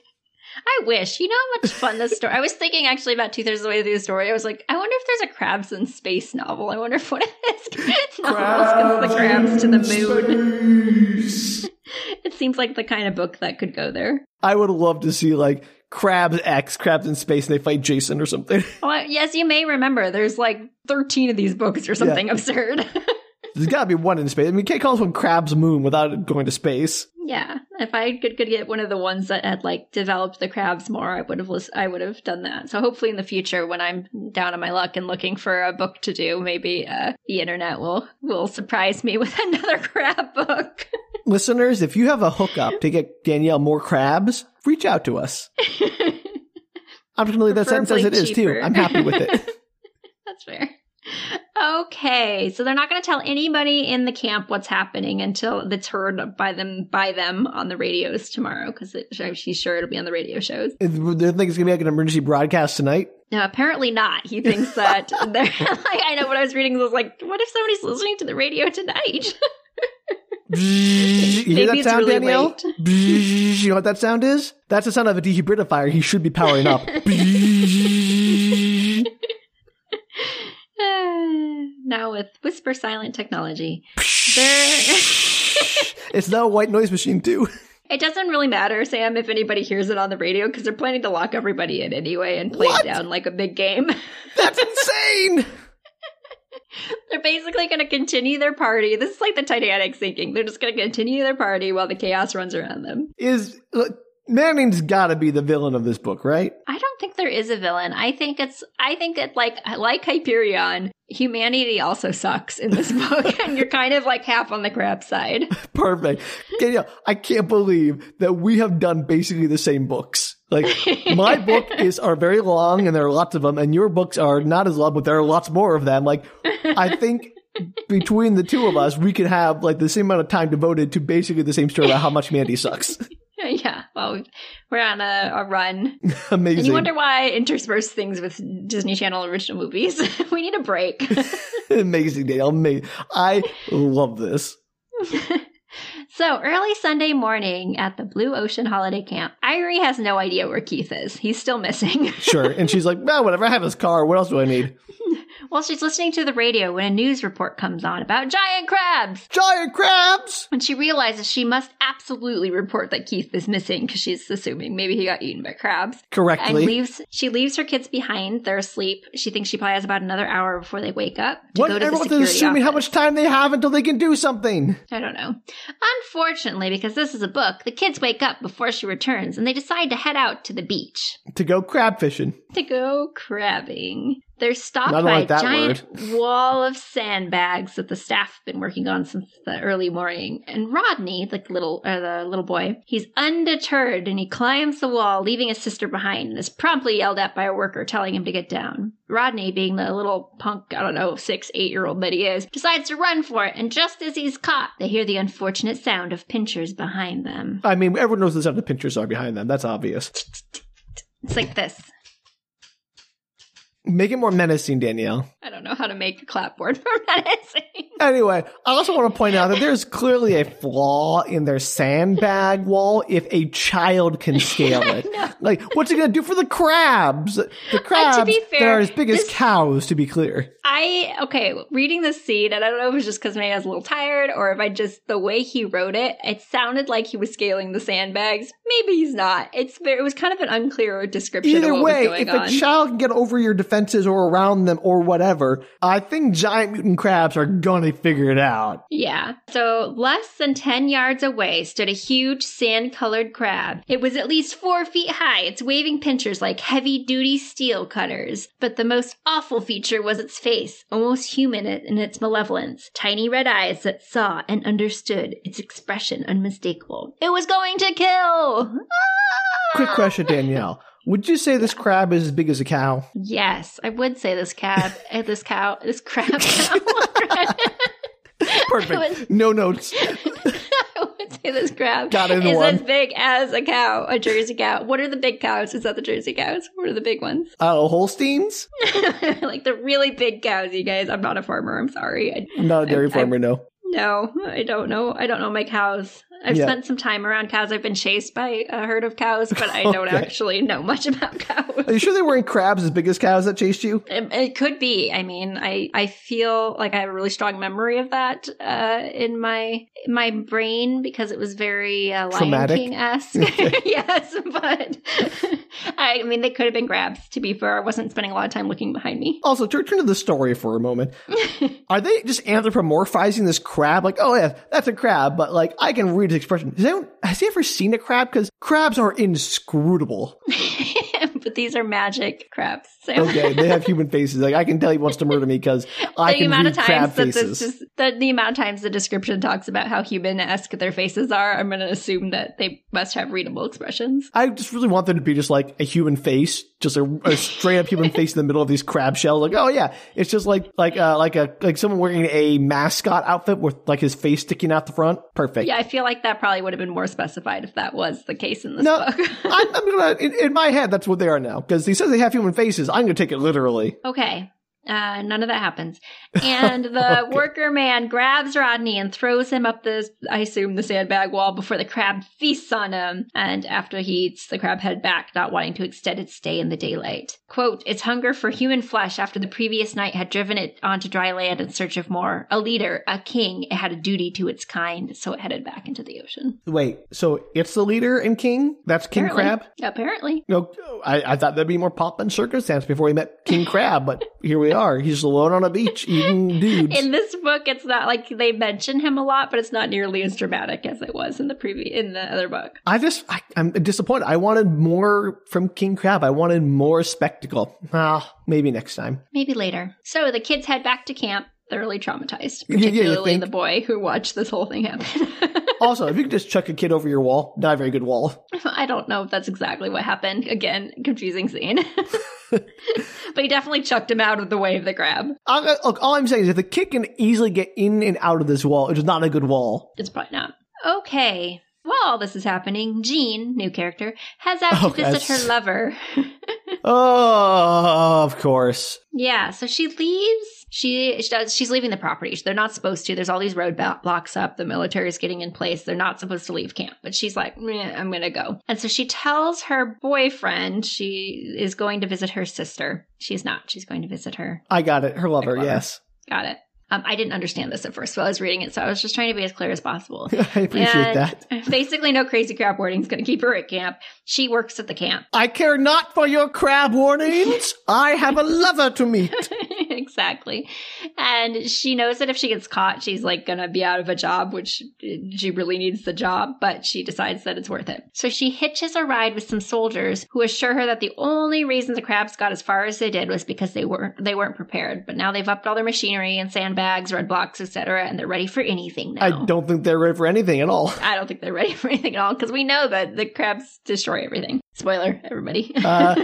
I wish. You know how much fun this story. I was thinking actually about two thirds of the way through the story. I was like, I wonder if there's a crabs in space novel. I wonder if one of his novels gets the crabs to the moon. moon. It seems like the kind of book that could go there. I would love to see like crabs X, crabs in space, and they fight Jason or something. Well, yes, you may remember. There's like 13 of these books or something absurd. There's got to be one in space. I mean, you can't call this one crabs moon without it going to space. yeah, if I could, could get one of the ones that had like developed the crabs more, I would have lis- I would have done that. So hopefully in the future, when I'm down on my luck and looking for a book to do, maybe uh, the internet will will surprise me with another crab book. Listeners, if you have a hookup to get Danielle more crabs, reach out to us. I'm just going to leave that sentence as it is, Preferably too. cheaper. I'm happy with it. That's fair. Okay, so they're not going to tell anybody in the camp what's happening until it's heard by them by them on the radios tomorrow because she's sure it'll be on the radio shows. Is- Do they think it's going to be like an emergency broadcast tonight? No, apparently not. He thinks that they're like I know when I was reading this, I was like, what if somebody's listening to the radio tonight? you hear that Maybe it's sound, really Danielle? late. you know what that sound is? That's the sound of a dehumidifier. He should be powering up. Uh, now with whisper silent technology, they're. it's now a white noise machine, too. It doesn't really matter, Sam, if anybody hears it on the radio because they're planning to lock everybody in anyway and play What? it down like a big game. That's insane! they're basically going to continue their party. This is like the Titanic sinking. They're just going to continue their party while the chaos runs around them. Is look, Manning's got to be the villain of this book, right? I don't think there is a villain. I think it's I think it like like Hyperion, humanity also sucks in this book and you're kind of like half on the crap side. Perfect. Danielle, I can't believe that we have done basically the same books. Like my book is are very long and there are lots of them, and your books are not as long, but there are lots more of them. Like I think between the two of us, we could have like the same amount of time devoted to basically the same story about how much Mandy sucks. yeah, well, we're on a, a run. And you Amazing. wonder why I intersperse things with Disney Channel original movies. we need a break. Amazing, Danielle. Amazing. I love this. so early Sunday morning at the Blue Ocean Holiday Camp, Irie has no idea where Keith is. He's still missing. Sure. And she's like, well, whatever. I have his car. What else do I need? While she's listening to the radio when a news report comes on about giant crabs. Giant crabs. And she realizes she must absolutely report that Keith is missing because she's assuming maybe he got eaten by crabs. and Correctly. leaves she leaves her kids behind they're asleep she thinks she probably has about another hour before they wake up to What go to the everyone's security assuming how office. much time they have until they can do something. i don't know unfortunately because this is a book the kids wake up before she returns and they decide to head out to the beach To go crab fishing. to go crabbing they're stopped I don't by like a that giant wall of sandbags that the staff have been working on since the early morning and rodney the little uh, the little boy he's undeterred and he climbs the wall leaving his sister behind and is promptly yelled at by a worker telling him to get down rodney being the little punk i don't know six eight year old that he is decides to run for it and just as he's caught they hear the unfortunate sound of pinchers behind them I mean, everyone knows the sound the pinchers are behind them. That's obvious. it's like this Make it more menacing, Danielle. i don't know how to make a clapboard for menacing Anyway, I also want to point out that there's clearly a flaw in their sandbag wall if a child can scale it. Like, what's it going to do for the crabs? The crabs Uh, be that fair, are as big as this- cows, to be clear. I okay, reading this scene, and I don't know if it was just because maybe I was a little tired, or if I just the way he wrote it, it sounded like he was scaling the sandbags. Maybe he's not. It's very, it was kind of an unclear description. Either of what way, was going if on. a child can get over your defenses or around them or whatever, I think giant mutant crabs are going to figure it out. Yeah. So less than 10 yards away stood a huge sand colored crab. It was at least four feet high, its waving pinchers like heavy duty steel cutters. But the most awful feature was its face, almost human in its malevolence. Tiny red eyes that saw and understood, its expression unmistakable. It was going to kill! Ah! Quick question, Danielle. Would you say this crab is as big as a cow? Yes, I would say this cab, eh, this cow, this crab. cow. Perfect. No notes. I would say this crab Got it in is one. as big as a cow, a Jersey cow. What are the big cows? Is that the Jersey cows? What are the big ones? Oh, Holsteins? like the really big cows, you guys. I'm not a farmer. I'm sorry. I, I'm not a dairy I- farmer, no. no, I don't know. I don't know my cows. I've Yeah. spent some time around cows. I've been chased by a herd of cows, but I don't Okay. actually know much about cows. Are you sure they weren't crabs as big as cows that chased you? It, it could be. I mean, I I feel like I have a really strong memory of that uh, in my my brain because it was very uh, Lion Traumatic? King esque. Okay. yes, but I mean, they could have been grabs. To be fair, I wasn't spending a lot of time looking behind me. Also, to return to the story for a moment, are they just anthropomorphizing this crab? Like, oh yeah, that's a crab, but like I can read his expression. Has, anyone, has he ever seen a crab? Because crabs are inscrutable. but these are magic crabs. So. Okay, they have human faces. Like I can tell he wants to murder me because Oh, I the can amount read of times crab that faces. this just, the, the amount of times the description talks about how human-esque their faces are, I'm going to assume that they must have readable expressions. I just really want them to be just like a human face, just a, a straight up human face in the middle of these crab shells. Like, oh yeah, it's just like like uh, like a like someone wearing a mascot outfit with like his face sticking out the front. Perfect. Yeah, I feel like that probably would have been more specified if that was the case in this No. book. I'm, I'm gonna in, in my head that's what they are now because he says they have human faces. I'm gonna take it literally. okay. Uh, none of that happens. And the Okay. worker man grabs Rodney and throws him up the, I assume, the sandbag wall before the crab feasts on him. And after he eats, the crab head back, not wanting to extend its stay in the daylight. Quote, its hunger for human flesh after the previous night had driven it onto dry land in search of more. A leader, a king, it had a duty to its kind, so it headed back into the ocean. Wait, so it's the leader and King? That's King Crab. Apparently. Apparently. No, I, I thought that'd be more pomp and circumstance before he met King Crab, but here we are. He's alone on a beach eating dudes. in this book it's not like they mention him a lot but it's not nearly as dramatic as it was in the previous in the other book I just, I, I'm disappointed. I wanted more from King Crab. I wanted more spectacle. Ah, maybe next time. maybe later so the kids head back to camp thoroughly traumatized Yeah, yeah, you particularly think. the boy who watched this whole thing happen Also, if you could just chuck a kid over your wall, not a very good wall. i don't know if that's exactly what happened again confusing scene but he definitely chucked him out of the way of the grab I, look, all I'm saying is if the kid can easily get in and out of this wall, it is not a good wall. It's probably not. Okay. While all this is happening, Jean, new character, heads out to Oh, yes. visit her lover. Oh, of course. Yeah, so she leaves. She, she does. She's leaving the property. They're not supposed to. There's all these road blo- blocks up. The military is getting in place. They're not supposed to leave camp. But she's like, "Meh, I'm gonna go. And so she tells her boyfriend she is going to visit her sister. She's not. She's going to visit her. I got it. Her lover, lover. yes. Got it. Um, I didn't understand this at first while I was reading it, so I was just trying to be as clear as possible. I appreciate And that. Basically, no crazy crap warning is going to keep her at camp. She works at the camp. I care not for your crab warnings. I have a lover to meet. exactly. And she knows that if she gets caught, she's like going to be out of a job, which uh, she really needs the job, but she decides that it's worth it. So she hitches a ride with some soldiers who assure her that the only reason the crabs got as far as they did was because they weren't they weren't prepared. But now they've upped all their machinery and sandbags, red blocks, etc., and they're ready for anything now. I don't think they're ready for anything at all. I don't think they're ready for anything at all because we know that the crabs destroy everything. Spoiler, everybody. Uh,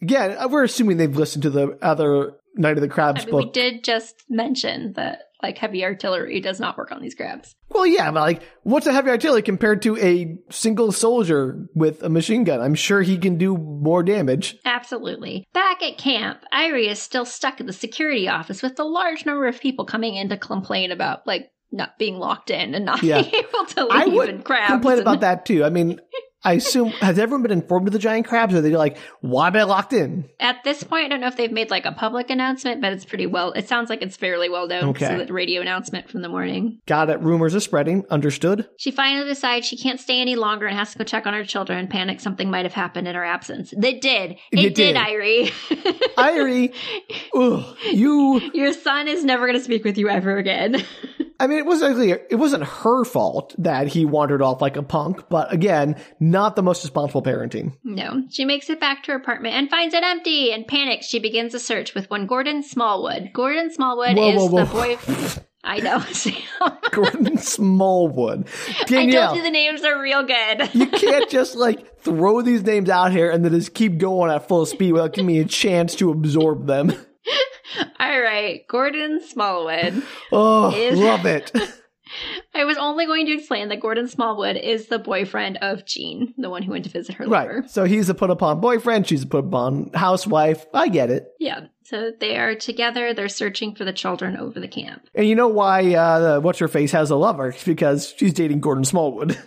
yeah, we're assuming they've listened to the other Night of the Crabs I mean, book. we did just mention that like heavy artillery does not work on these crabs. Well, yeah, but like, what's a heavy artillery compared to a single soldier with a machine gun? I'm sure he can do more damage. Absolutely. Back at camp, Irie is still stuck at the security office with the large number of people coming in to complain about like not being locked in and not Yeah. being able to leave I would and crabs. Complain and- about that too. I mean, I assume has everyone been informed of the giant crabs? Or are they like, why am I locked in? At this point, I don't know if they've made like a public announcement, but it's pretty well. It sounds like it's fairly well known because Okay. of the radio announcement from the morning. Got it. Rumors are spreading. Understood. She finally decides she can't stay any longer and has to go check on her children. Panic something might have happened in her absence. They did. It It did, did. Irie. Irie, ugh, you. Your son is never going to speak with you ever again. I mean, it wasn't clear. It wasn't her fault that he wandered off like a punk, but again, not the most responsible parenting. no. She makes it back to her apartment and finds it empty. And panics, she begins a search with one Gordon Smallwood. Gordon Smallwood Whoa, is whoa, the whoa. boy. I know. Sam. Gordon Smallwood. I Danielle. told you the names are real good. You can't just like throw these names out here and then just keep going at full speed without giving me a chance to absorb them. All right, Gordon Smallwood. Oh, Is- love it. I was only going to explain that Gordon Smallwood is the boyfriend of Jean, the one who went to visit her Right. lover. So he's a put upon boyfriend. She's a put upon housewife. I get it. Yeah. So they are together. They're searching for the children over the camp. And you know why uh, the What's Her Face has a lover? It's because she's dating Gordon Smallwood.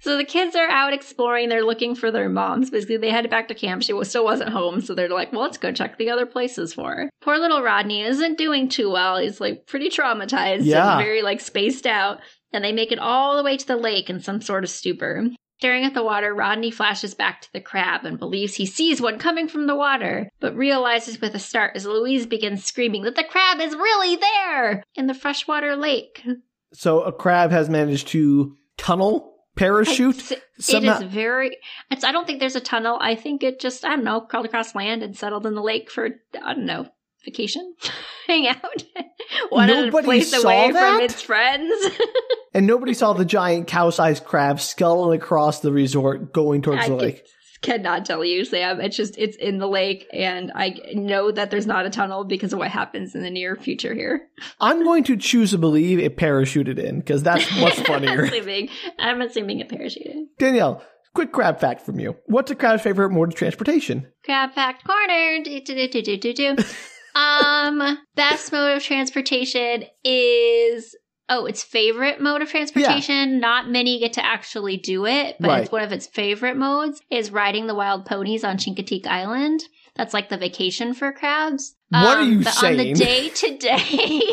so the kids are out exploring. They're looking for their moms. Basically, they headed back to camp. She was, still wasn't home, so they're like, well, let's go check the other places for her. Poor little Rodney isn't doing too well. He's like pretty traumatized Yeah. and very like spaced out. And they make it all the way to the lake in some sort of stupor. Staring at the water, Rodney flashes back to the crab and believes he sees one coming from the water, but realizes with a start as Louise begins screaming that the crab is really there in the freshwater lake. So a crab has managed to tunnel, parachute. It's- It is somehow- very. It's, I don't think there's a tunnel. I think it just I don't know crawled across land and settled in the lake for I don't know vacation, hang out, wanted Nobody a place saw away that? from its friends. And nobody saw the giant cow sized crab scuttling across the resort going towards I the can- lake. cannot tell you, Sam. It's just it's in the lake, and I know that there's not a tunnel because of what happens in the near future here. I'm going to choose to believe it parachuted in because that's much I'm funnier. assuming, I'm assuming it parachuted. Danielle, quick crab fact from you. What's a crab's favorite mode of transportation? Crab Fact Corner. Do, do, do, do, do, do, do. um, best mode of transportation is oh, its favorite mode of transportation. Not many get to actually do it, but Right. it's one of its favorite modes is riding the wild ponies on Chincoteague Island. That's like the vacation for crabs. Um, What are you but On saying? the day to day,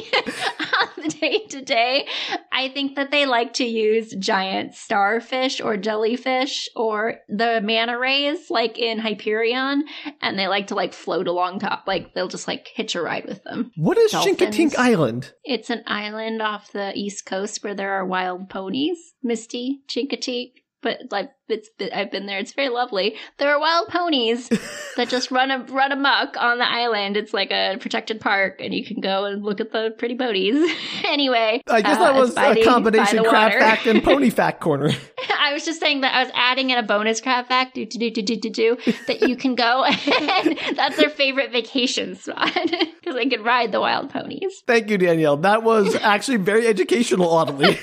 on the day to day, I think that they like to use giant starfish or jellyfish or the manta rays, like in Hyperion, and they like to like float along top. Like they'll just like hitch a ride with them. What is Dolphins. Chincoteague Island? It's an island off the east coast where there are wild ponies, Misty, Chincoteague. But like it's, I've been there. It's very lovely. There are wild ponies that just run a, run amok on the island. It's like a protected park, and you can go and look at the pretty boaties. anyway, I guess uh, that it's was by the- a by combination the crab water. fact and pony fact corner. I was just saying that I was adding in a bonus crab fact do, do, do, do, do, do, do, that you can go and that's their favorite vacation spot because they could ride the wild ponies. Thank you, Danielle. That was actually very educational, oddly.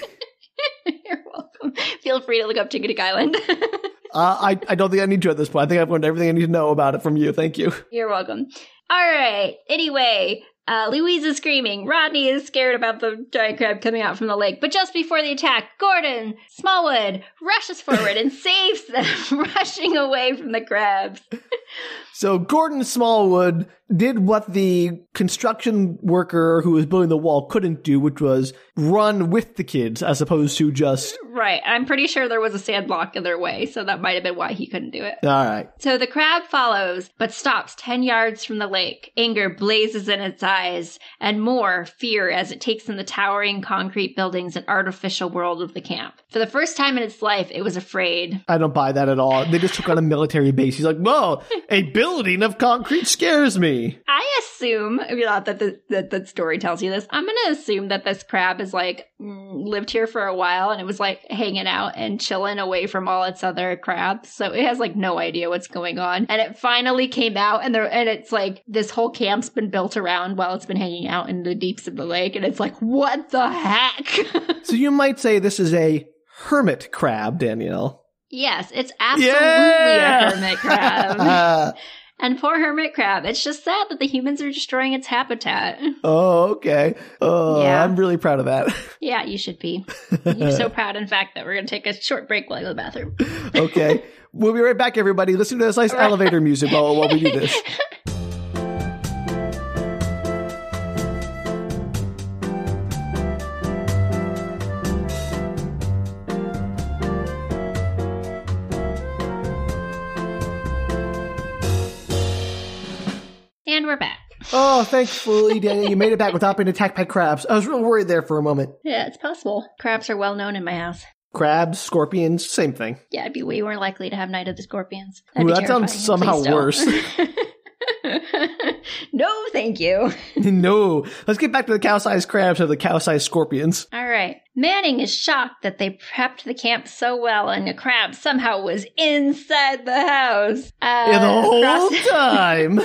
You're welcome. Feel free to look up Chincoteague Island. Uh, I, I don't think I need to at this point. I think I've learned everything I need to know about it from you. Thank you. You're welcome. All right. Anyway, uh, Louise is screaming. Rodney is scared about the giant crab coming out from the lake. But just before the attack, Gordon Smallwood rushes forward and saves them, rushing away from the crabs. So Gordon Smallwood did what the construction worker who was building the wall couldn't do, which was run with the kids as opposed to just. Right. I'm pretty sure there was a sand block in their way, so that might have been why he couldn't do it. All right. So the crab follows, but stops 10 yards from the lake. Anger blazes in its eyes, and more fear as it takes in the towering concrete buildings and artificial world of the camp. For the first time in its life, it was afraid. I don't buy that at all. They just took on a military base. He's like, whoa, a building of concrete scares me. I assume, if you thought that the that, that story tells you this, I'm going to assume that this crab is like mm, lived here for a while and it was like hanging out and chilling away from all its other crabs. So it has like no idea what's going on. And it finally came out and there and it's like this whole camp's been built around while it's been hanging out in the deeps of the lake and it's like what the heck? So you might say this is a hermit crab, Danielle. yes, it's absolutely Yeah! a hermit crab. and poor hermit crab, it's just sad that the humans are destroying its habitat. oh, okay. Oh, Yeah. I'm really proud of that. Yeah, you should be. You're so proud, in fact, that we're going to take a short break while I go to the bathroom. okay. We'll be right back, everybody. Listen to this nice elevator music while, while we do this. And we're back. Oh, thankfully, Daniel, you made it back without being attacked by crabs. I was real worried there for a moment. Yeah, it's possible. Crabs are well known in my house. Crabs, scorpions, same thing. Yeah, I'd be way more likely to have Night of the Scorpions. Ooh, be that sounds terrifying. somehow Please don't. no, thank you. no, let's get back to the cow-sized crabs or the cow-sized scorpions. All right. Manning is shocked that they prepped the camp so well and a crab somehow was inside the house. Uh, Yeah, the whole cross- time.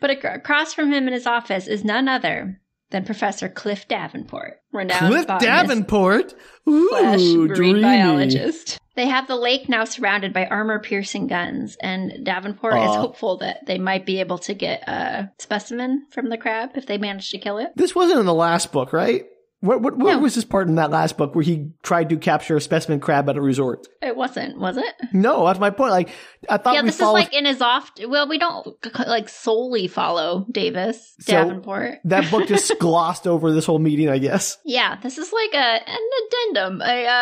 But ac- across from him in his office is none other than Professor Cliff Davenport, renowned Cliff botanist Davenport. Ooh, slash marine dreamy. biologist. They have the lake now surrounded by armor-piercing guns, and Davenport is Aw. hopeful that they might be able to get a specimen from the crab if they manage to kill it. This wasn't in the last book, right? What what, what No. was this part in that last book where he tried to capture a specimen crab at a resort? It wasn't, was it? No, that's my point. Like I thought yeah, we this is followed like in his off. Well, we don't like solely follow Davis So- Davenport. that book just glossed over this whole meeting, I guess. Yeah, this is like a an addendum, a, a,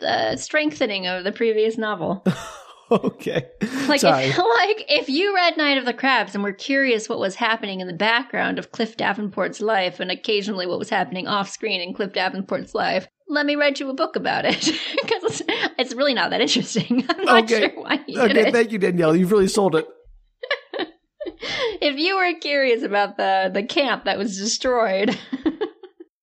a, a strengthening of the previous novel. Okay. Like Sorry. if, like if you read Night of the Crabs and were curious what was happening in the background of Cliff Davenport's life and occasionally what was happening off screen in Cliff Davenport's life, let me write you a book about it because it's, it's really not that interesting. I'm not Okay. sure why you did okay, it. thank you, Danielle. You've really sold it. if you were curious about the the camp that was destroyed.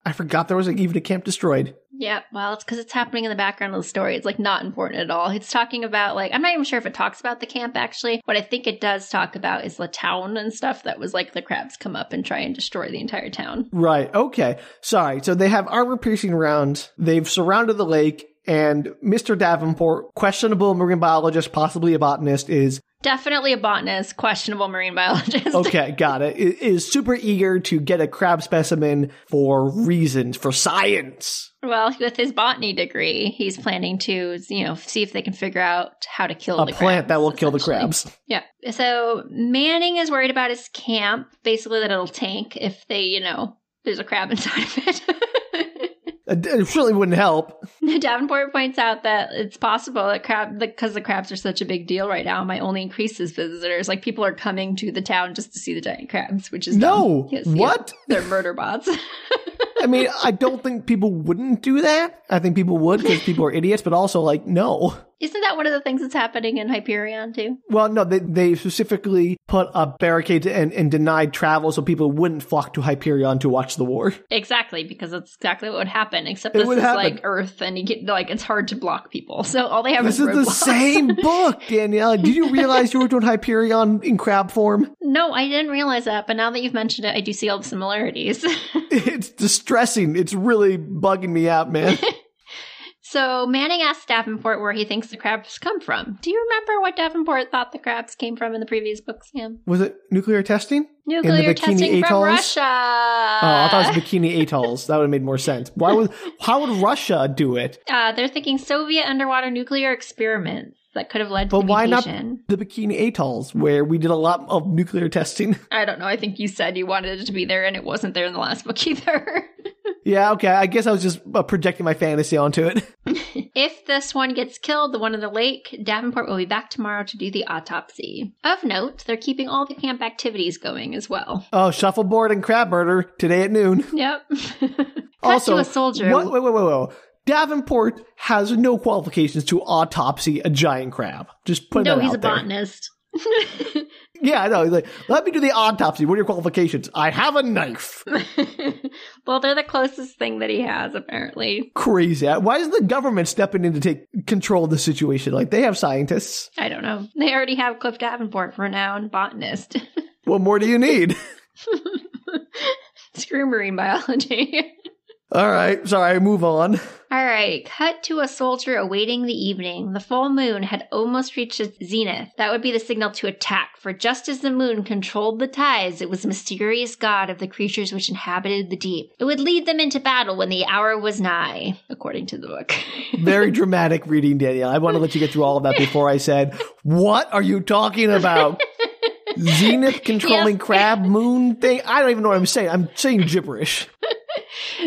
I forgot there was like, even a camp destroyed. Yeah, well, it's because it's happening in the background of the story. It's like not important at all. It's talking about like I'm not even sure if it talks about the camp actually. What I think it does talk about is the town and stuff that was like the crabs come up and try and destroy the entire town. Right. Okay. Sorry. So they have armor piercing rounds. They've surrounded the lake, and Mr. Davenport, questionable marine biologist, possibly a botanist, is Definitely a botanist, questionable marine biologist. okay. got it. i- Is super eager to get a crab specimen for reasons for science. well, with his botany degree, he's planning to you know see if they can figure out how to kill A the plant that crabs, will kill the essentially. crabs. Yeah. So Manning is worried about his camp, basically that it'll tank if they you know there's a crab inside of it. Uh, d- It certainly wouldn't help. Davenport points out that it's possible that crab because the crabs are such a big deal right now might only increase his visitors. Like people are coming to the town just to see the giant crabs, which is No. dumb. Yes, yes. what? they're murder bots. I mean, I don't think people wouldn't do that. I think people would because people are idiots, but also like, no. Isn't that one of the things that's happening in Hyperion too? Well, no, they, they specifically put up barricades and, and denied travel so people wouldn't flock to Hyperion to watch the war. Exactly, because that's exactly what would happen. Except It this would is happen. like Earth, and you get like it's hard to block people. So all they have This is is the roadblocks. same book, Danielle. Did you realize you were doing Hyperion in crab form? no, I didn't realize that, but now that you've mentioned it, I do see all the similarities. It's distressing. It's really bugging me out, man. So Manning asked Davenport where he thinks the crabs come from. Do you remember what Davenport thought the crabs came from in the previous book, Sam? Was it nuclear testing? Nuclear Bikini testing from Atolls? Russia. Oh, I thought it was Bikini Atolls. That would have made more sense. Why would how would Russia do it? uh, they're thinking Soviet underwater nuclear experiments that could have led to But why not- mutation. The Bikini Atolls, where we did a lot of nuclear testing. I don't know. I think you said you wanted it to be there, and it wasn't there in the last book either. Yeah, okay. I guess I was just uh, projecting my fantasy onto it. If this one gets killed, the one in the lake, Davenport will be back tomorrow to do the autopsy. Of note, they're keeping all the camp activities going as well. Oh, shuffleboard and crab murder today at noon. Yep. Cut also, to a soldier. What, wait, wait, wait, wait. Davenport has no qualifications to autopsy a giant crab. Just put no, that he's out a there. botanist. Yeah, I know. He's like, let me do the autopsy. What are your qualifications? I have a knife. well, they're the closest thing that he has, apparently. Crazy. Why is the government stepping in to take control of the situation? Like they have scientists. I don't know. They already have Cliff Davenport, renowned botanist. What more do you need? Screw marine biology. All right. Sorry. Move on. All right, cut to a soldier awaiting the evening. The full moon had almost reached its zenith. That would be the signal to attack, for just as the moon controlled the tides, it was the mysterious god of the creatures which inhabited the deep. It would lead them into battle when the hour was nigh, according to the book. Very dramatic reading, Danielle. I want to let you get through all of that before I said, "What are you talking about?" Zenith controlling Yes. crab moon thing. I don't even know what I'm saying. I'm saying gibberish.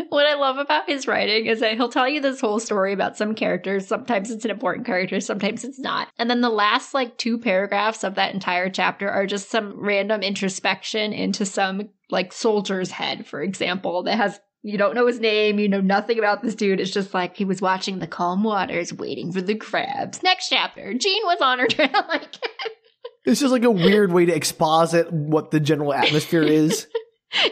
What I love about his writing is that he'll tell you this whole story about some characters. Sometimes it's an important character, sometimes it's not. And then the last like two paragraphs of that entire chapter are just some random introspection into some like soldier's head, for example, that has you don't know his name, you know nothing about this dude. It's just like he was watching the calm waters, waiting for the crabs. Next chapter, Jean was on her trail. Like, It's just like a weird way to exposit what the general atmosphere is.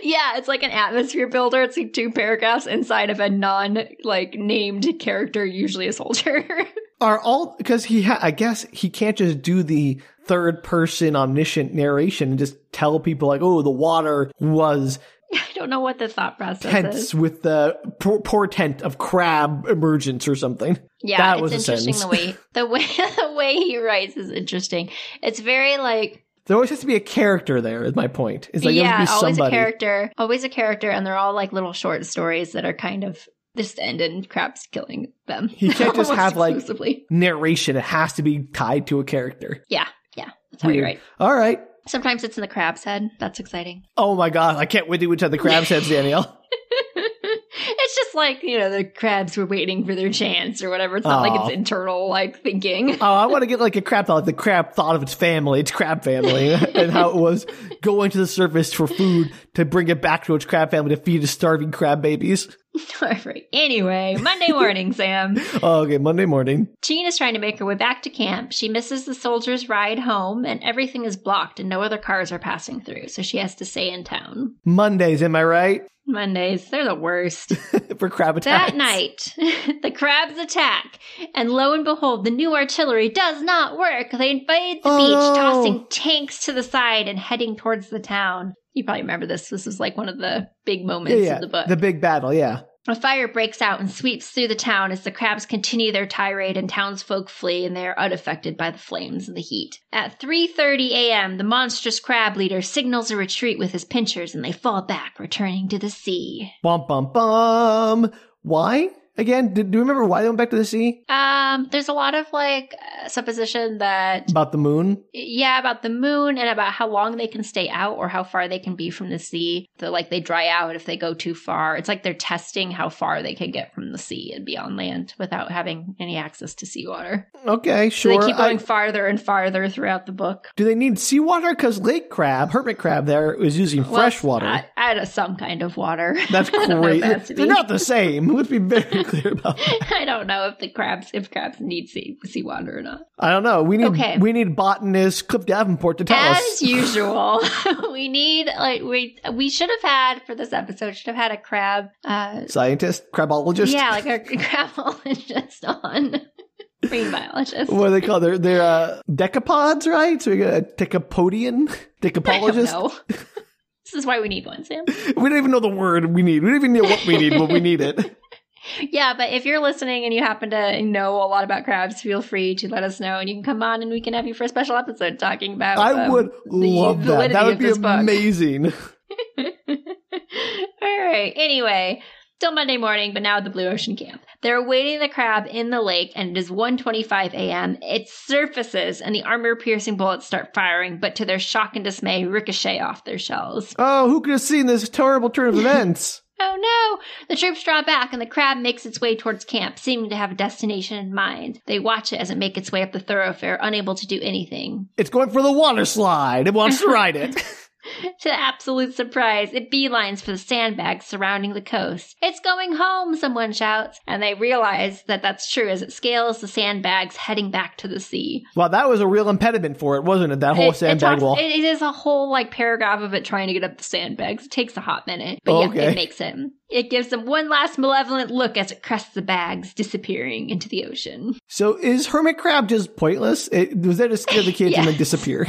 yeah, it's like an atmosphere builder. It's like two paragraphs inside of a non like named character, usually a soldier. Are all because he? Ha- I guess he can't just do the third person omniscient narration and just tell people like, "Oh, the water was I don't know what the thought process is. tense with the por- portent of crab emergence or something. Yeah, That was it's a interesting the way the way the way he writes is interesting. It's very like There always has to be a character there. Is my point. It's like yeah, there has to be always a somebody. character, always a character, and they're all like little short stories that are kind of just end in crabs killing them. He can't just Almost have, like- exclusively. Narration. It has to be tied to a character. That's how you weird. write. All right. Sometimes it's in the crab's head. That's exciting. Oh my god, I can't wait to which other crabs heads, Danielle. it's just like you know the crabs were waiting for their chance or whatever. It's not Aw. like it's internal like thinking. Oh, I want to get like a crab thought. The crab thought of its family, its crab family, and how it was going to the surface for food to bring it back to its crab family to feed its starving crab babies. All right. Anyway, Monday morning, Sam. Oh, okay, Monday morning. Jean is trying to make her way back to camp. She misses the soldiers' ride home, and everything is blocked, and no other cars are passing through, so she has to stay in town. Mondays, am I right? Mondays, they're the worst. For crab attacks. That night, the crabs attack, and lo and behold, the new artillery does not work. They invade the Oh, no. beach, tossing tanks to the side and heading towards the town. You probably remember this. This was like one of the big Yeah, moments yeah. of the book. the big battle, yeah. A fire breaks out and sweeps through the town as the crabs continue their tirade and townsfolk flee and they are unaffected by the flames and the heat. At 3:30 a.m., the monstrous crab leader signals a retreat with his pincers and they fall back, returning to the sea. Bum bum bum. Why? Again, do, do you remember why they went back to the sea? Um, there's a lot of like uh, supposition that About the moon? yeah, about the moon and about how long they can stay out or how far they can be from the sea. So like they dry out if they go too far. It's like they're testing how far they can get from the sea and be on land without having any access to seawater. Okay, So sure. they keep going I- farther and farther throughout the book. do they need seawater? Because lake crab, hermit crab, there is using Well, fresh water. I, I had a- some kind of water. That's I don't know great. if it has to They're be. not the same. Let's be very clear about that. I don't know if the crabs if crabs need sea seawater or not. I don't know. We need Okay. we need botanist Cliff Davenport to tell As us. usual, we need like we we should have had for this episode should have had a crab. Uh, Scientist, crabologist. yeah, like a crabologist on marine biologist. What are they called? They're they're uh, decapods, right? So we got a decapodian, I don't decapologist. know. this is why we need one, Sam. We don't even know the word we need. We don't even know what we need, but we need it. Yeah, but if you're listening and you happen to know a lot about crabs, feel free to let us know, and you can come on, and we can have you for a special episode talking about. I um, would love that. validity That would of be this book. amazing. All right. Anyway, still Monday morning, but now at the Blue Ocean Camp. They're awaiting the crab in the lake, and it is 1.25 a.m. It surfaces, and the armor-piercing bullets start firing, but to their shock and dismay, ricochet off their shells. Oh, who could have seen this terrible turn of events? Oh no! The troops draw back, and the crab makes its way towards camp, seeming to have a destination in mind. They watch it as it makes its way up the thoroughfare, unable to do anything. It's going for the water slide. It wants to ride it. To absolute surprise, it beelines for the sandbags surrounding the coast. It's going home, someone shouts, and they realize that that's true as it scales the sandbags heading back to the sea. Wow, that was a real impediment for it, wasn't it? That whole It- it sandbag talks- wall. it- it is a whole like paragraph of it trying to get up the sandbags. It takes a hot minute, but Oh, yeah, okay. it makes it. It gives them one last malevolent look as it crests the bags, disappearing into the ocean. So is hermit crab just pointless? It, was there to scare the kids and then Yes. disappear?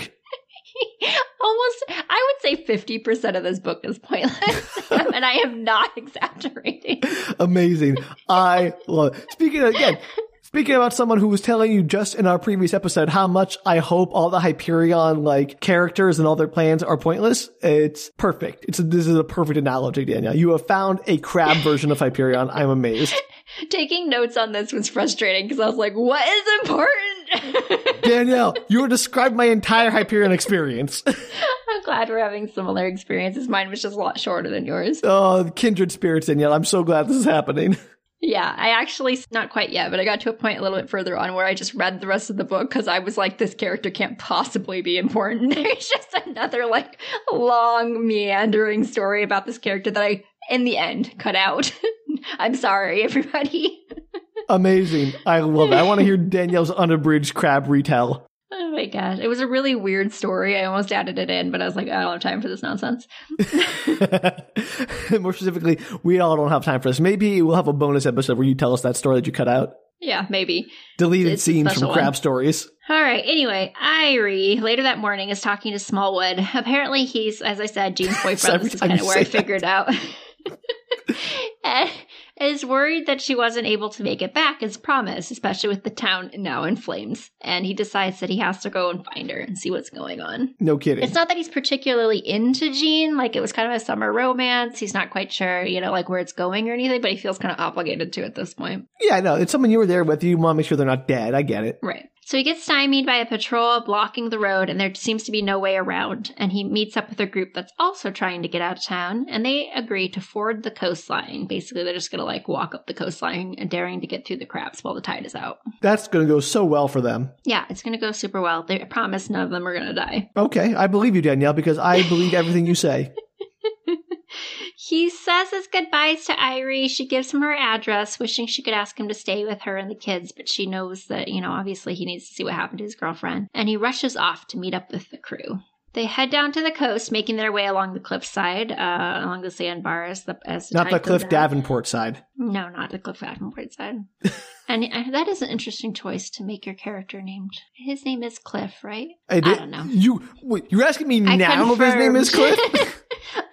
Almost, I would say 50% of this book is pointless, and I am not exaggerating. Amazing. I love it. Speaking of, again, speaking about someone who was telling you just in our previous episode how much I hope all the Hyperion like characters and all their plans are pointless. It's perfect. It's a, this is a perfect analogy, Danielle. You have found a crab version of Hyperion. I'm amazed. Taking notes on this was frustrating because I was like, what is important? Danielle, you described my entire Hyperion experience. I'm glad we're having similar experiences. Mine was just a lot shorter than yours. oh, kindred spirits, Danielle. I'm so glad this is happening. Yeah, I actually, not quite yet, but I got to a point a little bit further on where I just read the rest of the book because I was like, this character can't possibly be important. It's just another like long, meandering story about this character that I, in the end, cut out. I'm sorry, everybody. Amazing. I love it. I want to hear Danielle's unabridged crab retell. Oh my gosh. It was a really weird story. I almost added it in, but I was like, I don't have time for this nonsense. More specifically, we all don't have time for this. Maybe we'll have a bonus episode where you tell us that story that you cut out. Yeah, maybe. Deleted It's a scenes from special crab one. stories. All right. Anyway, Irie later that morning is talking to Smallwood. Apparently, he's, as I said, Jean's So boyfriend. every this is time kind of you where I say figured out. And is worried that she wasn't able to make it back as promised, especially with the town now in flames. And he decides that he has to go and find her and see what's going on. No kidding. It's not that he's particularly into Jean. Like it was kind of a summer romance. He's not quite sure, you know, like where it's going or anything, but he feels kind of obligated to at this point. yeah, no, it's someone you were there with. You want to make sure they're not dead. I get it. Right. So he gets stymied by a patrol blocking the road, and there seems to be no way around. And he meets up with a group that's also trying to get out of town, and they agree to ford the coastline. Basically, they're just going to like walk up the coastline, and daring to get through the crabs while the tide is out. That's going to go so well for them. Yeah, it's going to go super well. They promise none of them are going to die. Okay, I believe you, Danielle, because I believe everything you say. He says his goodbyes to Irie. She gives him her address, wishing she could ask him to stay with her and the kids, but she knows that, you know, obviously he needs to see what happened to his girlfriend. And he rushes off to meet up with the crew. They head down to the coast, making their way along the cliffside, uh, along the sandbars. The, as the Not the tide goes Cliff out. Davenport side. No, not the Cliff Davenport side. and uh, that is an interesting choice to make your character named. His name is Cliff, right? I don't know. You wait, you're asking me I now if his name is Cliff? confirmed.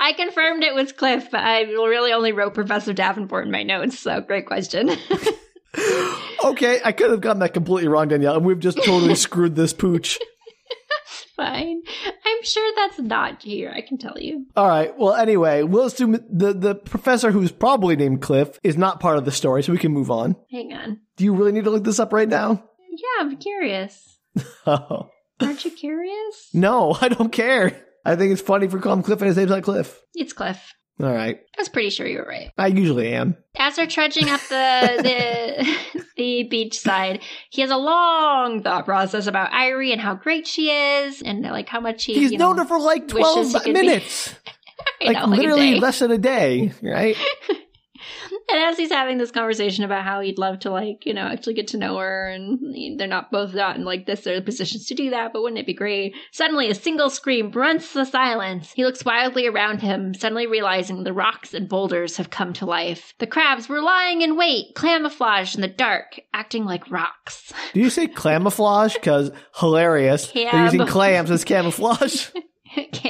I confirmed it was Cliff, but I really only wrote Professor Davenport in my notes, so great question. okay, I could have gotten that completely wrong, Danielle, and we've just totally screwed this pooch. Fine. I'm sure that's not here, I can tell you. All right. Well, anyway, we'll assume the the professor who's probably named Cliff is not part of the story, so we can move on. Hang on. Do you really need to look this up right now? Yeah, I'm curious. Oh. Aren't you curious? No, I don't care. I think it's funny for calling Cliff and his name's not Cliff. It's Cliff. All right. I was pretty sure you were right. I usually am. As they're trudging up the the the beach side, he has a long thought process about Irie and how great she is and like how much he He's you known know, her for like wishes he 12 could be- minutes. I like know, a literally day. less than a day, right? And as he's having this conversation about how he'd love to, like, you know, actually get to know her, and they're not both not in like this they're in positions to do that, but wouldn't it be great? Suddenly, a single scream rents the silence. He looks wildly around him, suddenly realizing the rocks and boulders have come to life. The crabs were lying in wait, camouflaged in the dark, acting like rocks. Do you say camouflage? Because hilarious. They're Cam. using clams as camouflage.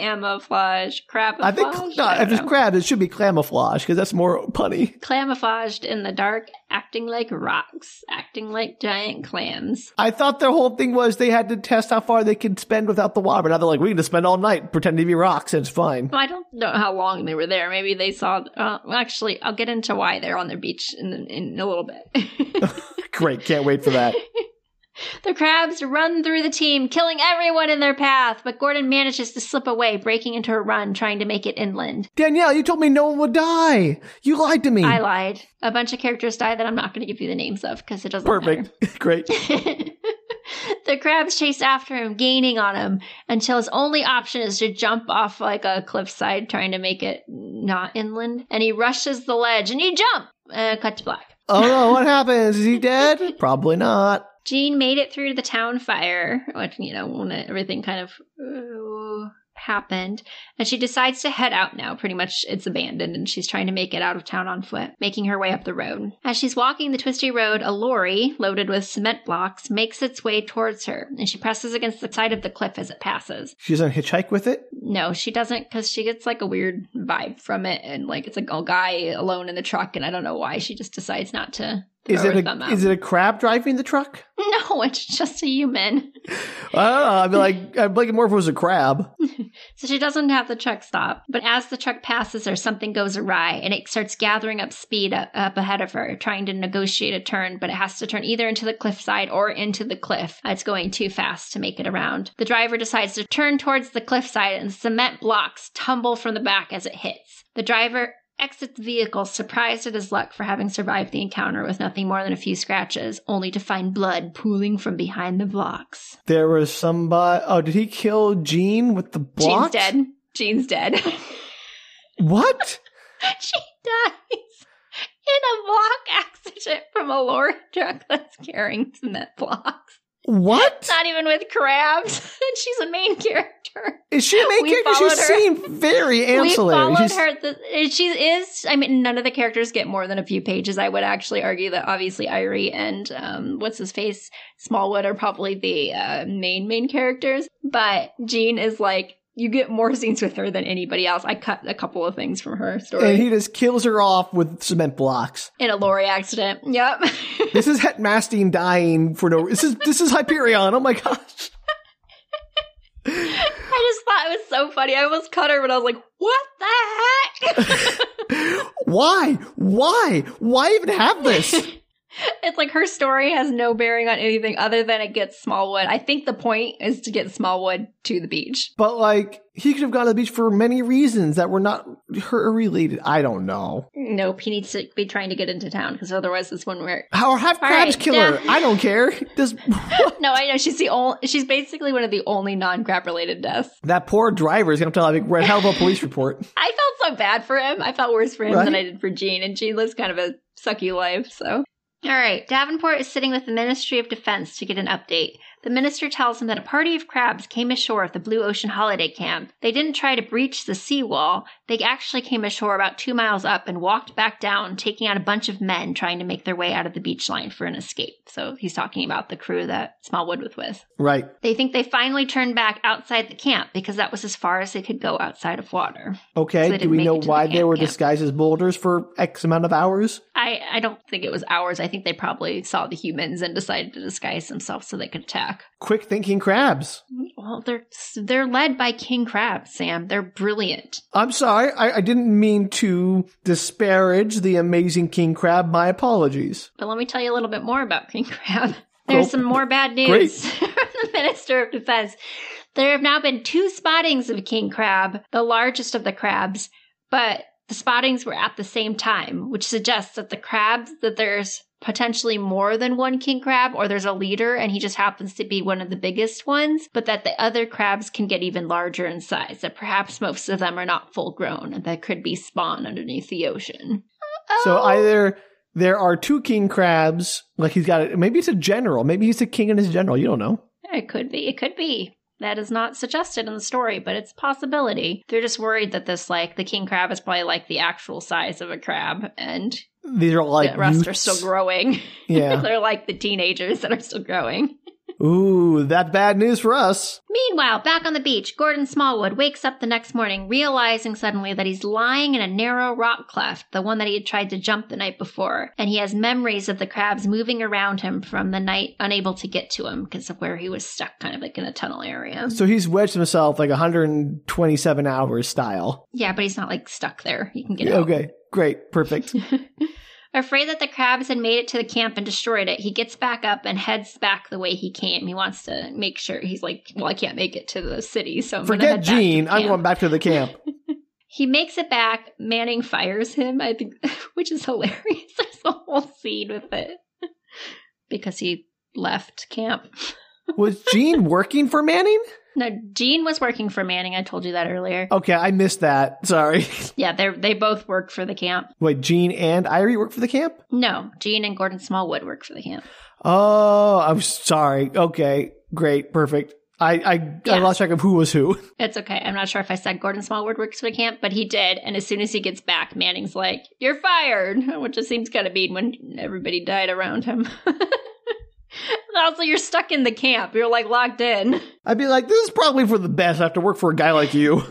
camouflage, crab. I think no, if it's crab, it should be camouflage because that's more punny. camouflaged in the dark, acting like rocks, acting like giant clams. I thought their whole thing was they had to test how far they could spend without the water. Now they're like, we can just spend all night pretending to be rocks and it's fine. Well, I don't know how long they were there. Maybe they saw. Uh, well, actually, I'll get into why they're on their beach in, in a little bit. Great, can't wait for that. the crabs run through the team, killing everyone in their path, but Gordon manages to slip away, breaking into a run, trying to make it inland. Danielle, you told me no one would die. You lied to me. I lied. A bunch of characters die that I'm not going to give you the names of because it doesn't matter. Perfect. Great. the crabs chase after him, gaining on him until his only option is to jump off like a cliffside, trying to make it not inland. And he rushes the ledge and he jump. Uh, cut to black. Oh no, what happens? Is he dead? Probably not. Jean made it through the town fire, which, you know, when everything kind of uh, happened. And she decides to head out now. Pretty much it's abandoned, and she's trying to make it out of town on foot, making her way up the road. As she's walking the twisty road, a lorry loaded with cement blocks makes its way towards her, and she presses against the side of the cliff as it passes. She's on hitchhike with it. No, she doesn't, because she gets like a weird vibe from it, and like it's like a guy alone in the truck, and I don't know why. She just decides not to. Is throw her it thumb a out. is it a crab driving the truck? No, it's just a human. I don't know. I'd be like, I'd blink more if it was a crab. So she doesn't have the truck stop, but as the truck passes her, something goes awry and it starts gathering up speed up, up ahead of her, trying to negotiate a turn, but it has to turn either into the cliffside or into the cliff. Uh, It's going too fast to make it around. The driver decides to turn towards the cliffside and cement blocks tumble from the back as it hits. The driver exits the vehicle, surprised at his luck for having survived the encounter with nothing more than a few scratches, only to find blood pooling from behind the blocks. There was somebody. Oh, did he kill Jean with the block? Jean's dead. Jean's dead. What? she dies in a block accident from a lorry truck that's carrying cement blocks. What? Not even with crabs. and she's a main character. Is she a main We character? She followed her. seemed very ancillary. We followed She's- her. The, she is. I mean, none of the characters get more than a few pages. I would actually argue that obviously Irie and um, what's his face Smallwood are probably the uh, main main characters, but Jean is like you get more scenes with her than anybody else. I cut a couple of things from her story And he just kills her off with cement blocks. in a lorry accident. Yep. This is Hetmastine dying for no. This is this is Hyperion. Oh my gosh! I just thought it was so funny. I almost cut her, but I was like, what the heck? Why? Why? Why even have this? It's like her story has no bearing on anything other than it gets Smallwood. I think the point is to get Smallwood to the beach. But like, he could have gone to the beach for many reasons that were not her related. I don't know. Nope, he needs to be trying to get into town because otherwise this wouldn't work. How have All crabs right, kill her? yeah. I don't care. This No, I know she's the only. She's basically one of the only non-crab related deaths. that poor driver is gonna have to have a red hell of a police report. I felt so bad for him. I felt worse for him than Right? I did for Jean, and Jean lives kind of a sucky life. So, all right, Davenport is sitting with the Ministry of Defense to get an update. The minister tells him that a party of crabs came ashore at the Blue Ocean Holiday Camp. They didn't try to breach the seawall. They actually came ashore about two miles up and walked back down, taking out a bunch of men trying to make their way out of the beach line for an escape. So he's talking about the crew that Smallwood was with. Right. They think they finally turned back outside the camp because that was as far as they could go outside of water. So Okay. they Do didn't we make know it to why the they camp, were yeah. disguised as boulders for X amount of hours? I, I don't think it was ours. I think they probably saw the humans and decided to disguise themselves so they could attack. Quick thinking crabs. Well, they're they're led by King Crab, Sam. They're brilliant. I'm sorry. I, I didn't mean to disparage the amazing king crab. My apologies. But let me tell you a little bit more about King Crab. There's Oh, some more bad news from the Minister of Defense. There have now been two spottings of King Crab, the largest of the crabs, but the spottings were at the same time, which suggests that the crabs that there's potentially more than one king crab or there's a leader and he just happens to be one of the biggest ones, but that the other crabs can get even larger in size, that perhaps most of them are not full grown and that could be spawn underneath the ocean. So Uh-oh. either there are two king crabs, like he's got it. Maybe it's a general. Maybe he's a king and his general. You don't know. It could be. It could be. That is not suggested in the story, but it's a possibility. They're just worried that this, like, the king crab is probably like the actual size of a crab, and These are all like the rest are youths. still growing. yeah. They're like the teenagers that are still growing. Ooh, that bad news for us. Meanwhile, back on the beach, Gordon Smallwood wakes up the next morning, realizing suddenly that he's lying in a narrow rock cleft, the one that he had tried to jump the night before, and he has memories of the crabs moving around him from the night, unable to get to him because of where he was stuck, kind of like in a tunnel area. So he's wedged himself like 127 hours style. Yeah, but he's not like stuck there. He can get out. Okay, great, perfect. Afraid that the crabs had made it to the camp and destroyed it, he gets back up and heads back the way he came. He wants to make sure he's like, well, I can't make it to the city, so I'm gonna Forget head back to Gene. the I'm camp." going back to the camp. He makes it back. Manning fires him. I think, which is hilarious. There's a whole scene with it because he left camp. Was Gene working for Manning? No, Gene was working for Manning. I told you that earlier. Okay, I missed that. Sorry. Yeah, they are they both work for the camp. Wait, Gene and Irie work for the camp? No, Gene and Gordon Smallwood work for the camp. Oh, I'm sorry. Okay, great, perfect. I I, I Yeah. lost track of who was who. It's okay. I'm not sure if I said Gordon Smallwood works for the camp, but he did. And as soon as he gets back, Manning's like, You're fired, which just seems kind of mean when everybody died around him. also, you're stuck in the camp. You're like locked in. I'd be like, this is probably for the best. I have to work for a guy like you.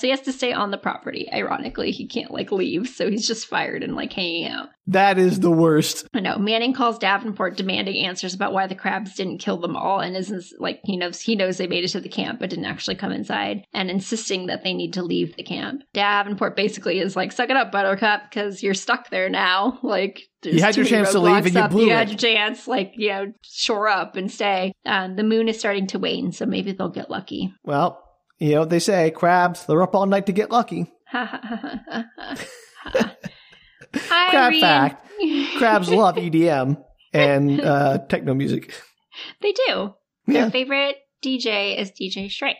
So he has to stay on the property. Ironically, he can't like leave. So he's just fired and like hanging out. That is the worst. I know. Manning calls Davenport demanding answers about why the crabs didn't kill them all and isn't like he knows he knows they made it to the camp but didn't actually come inside and insisting that they need to leave the camp. Davenport basically is like, Suck it up, buttercup, because you're stuck there now. Like there's You had your too many chance to leave roadblocks and you up. blew You had it." your chance, like, you know, shore up and stay. Um, the moon is starting to wane, so maybe they'll get lucky. Well, you know what they say, crabs, they're up all night to get lucky. Ha ha ha ha ha. Crab Irene. fact. Crabs love EDM and uh, techno music. They do. Yeah. Their favorite DJ is DJ Shrike.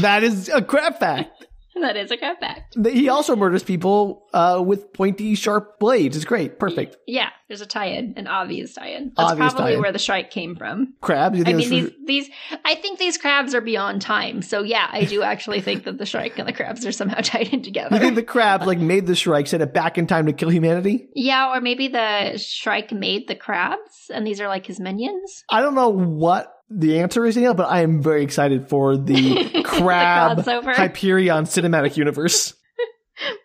that is a crab fact. That is a cutback. Th- He also murders people uh, with pointy, sharp blades. It's great. Perfect. Yeah, there's a tie-in, an obvious tie-in. That's Obvious probably tie-in. where the shrike came from. Crabs. You I think mean, that's these, these, I think these crabs are beyond time. So yeah, I do actually think that the shrike and the crabs are somehow tied You think in together. the crabs like made the Shrike, sent it back in time to kill humanity? yeah, or maybe the shrike made the crabs, and these are like his minions. I don't know what the answer is, Danielle, but I am very excited for the crab the crossover. Hyperion cinematic universe.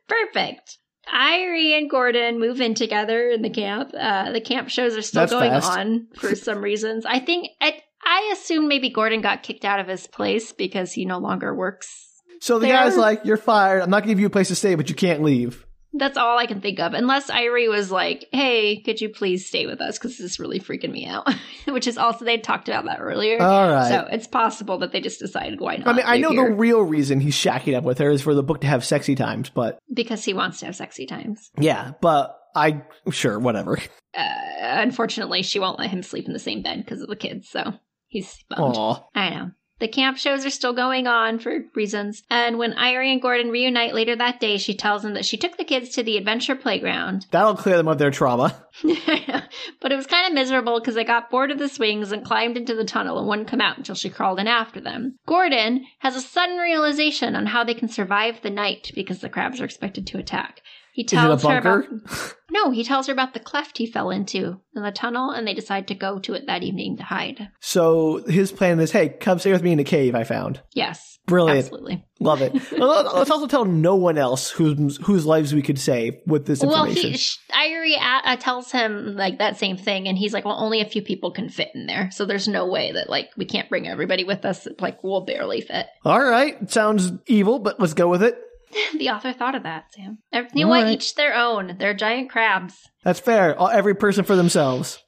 Perfect. Irie and Gordon move in together in the camp. Uh, the camp shows are still That's going fast. on for some reasons. I think I, I assume maybe Gordon got kicked out of his place because he no longer works. So the Fair. guy's like, You're fired. I'm not gonna give you a place to stay, but you can't leave. That's all I can think of, unless Irie was like, "Hey, could you please stay with us? Because this is really freaking me out." Which is also they talked about that earlier, All right. so it's possible that they just decided why not. Uh, I mean, I They're know the here. real reason he's shacking up with her is for the book to have sexy times, but because he wants to have sexy times. yeah, but I sure, whatever. Uh, unfortunately, she won't let him sleep in the same bed because of the kids, so he's bummed. Aw. I know. The camp shows are still going on for reasons, and when Irie and Gordon reunite later that day, she tells him that she took the kids to the adventure playground. That'll clear them of their trauma. but it was kind of miserable because they got bored of the swings and climbed into the tunnel and wouldn't come out until she crawled in after them. Gordon has a sudden realization on how they can survive the night because the crabs are expected to attack. He Is it a tells her bunker? about no, he tells her about the cleft he fell into in the tunnel, and they decide to go to it that evening to hide. so his plan is, hey, come stay with me in a cave I found. Yes, Brilliant. absolutely. Love it. Well, Let's also tell no one else whose whose lives we could save with this Well, information. he sh- Irie a- uh, tells him like that same thing, and he's like, "Well, only a few people can fit in there, so there's no way that like we can't bring everybody with us. Like we'll barely fit." All right, sounds evil, but let's go with it. The author thought of that, Sam. Ev- You know All what? right. Each their own. They're giant crabs. That's fair. All, every person for themselves.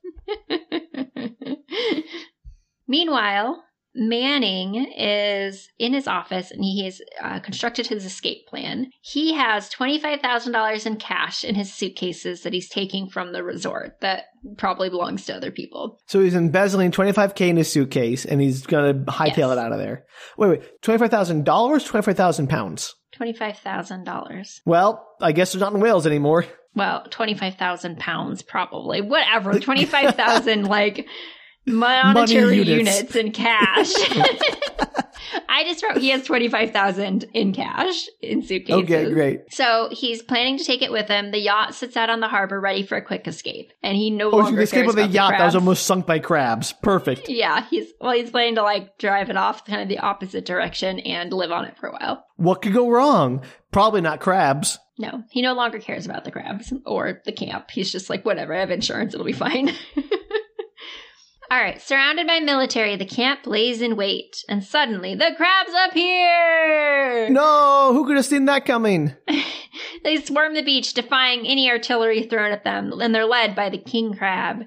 Meanwhile, Manning is in his office and he has uh, constructed his escape plan. He has $25,000 in cash in his suitcases that he's taking from the resort that probably belongs to other people. So he's embezzling twenty five k in his suitcase, and he's gonna hightail Yes. it out of there. Wait, wait, twenty five thousand dollars, twenty five thousand pounds. $25,000. Well, I guess they're not in Wales anymore. Well, 25,000 pounds probably. Whatever. 25,000 like monetary Money units. units. in cash. I just wrote he has 25,000 in cash in suitcases. Okay, great. So he's planning to take it with him. The yacht sits out on the harbor ready for a quick escape, and he no Oh, longer you escape cares with a about the yacht that was crabs. almost sunk by crabs. Perfect. Yeah, he's well, he's planning to like drive it off kind of the opposite direction and live on it for a while. What could go wrong? Probably not crabs. No, he no longer cares about the crabs or the camp. He's just like, whatever, I have insurance, it'll be fine. All right, surrounded by military, the camp lays in wait, and suddenly the crabs appear! No, who could have seen that coming? They swarm the beach, defying any artillery thrown at them, and they're led by the king crab.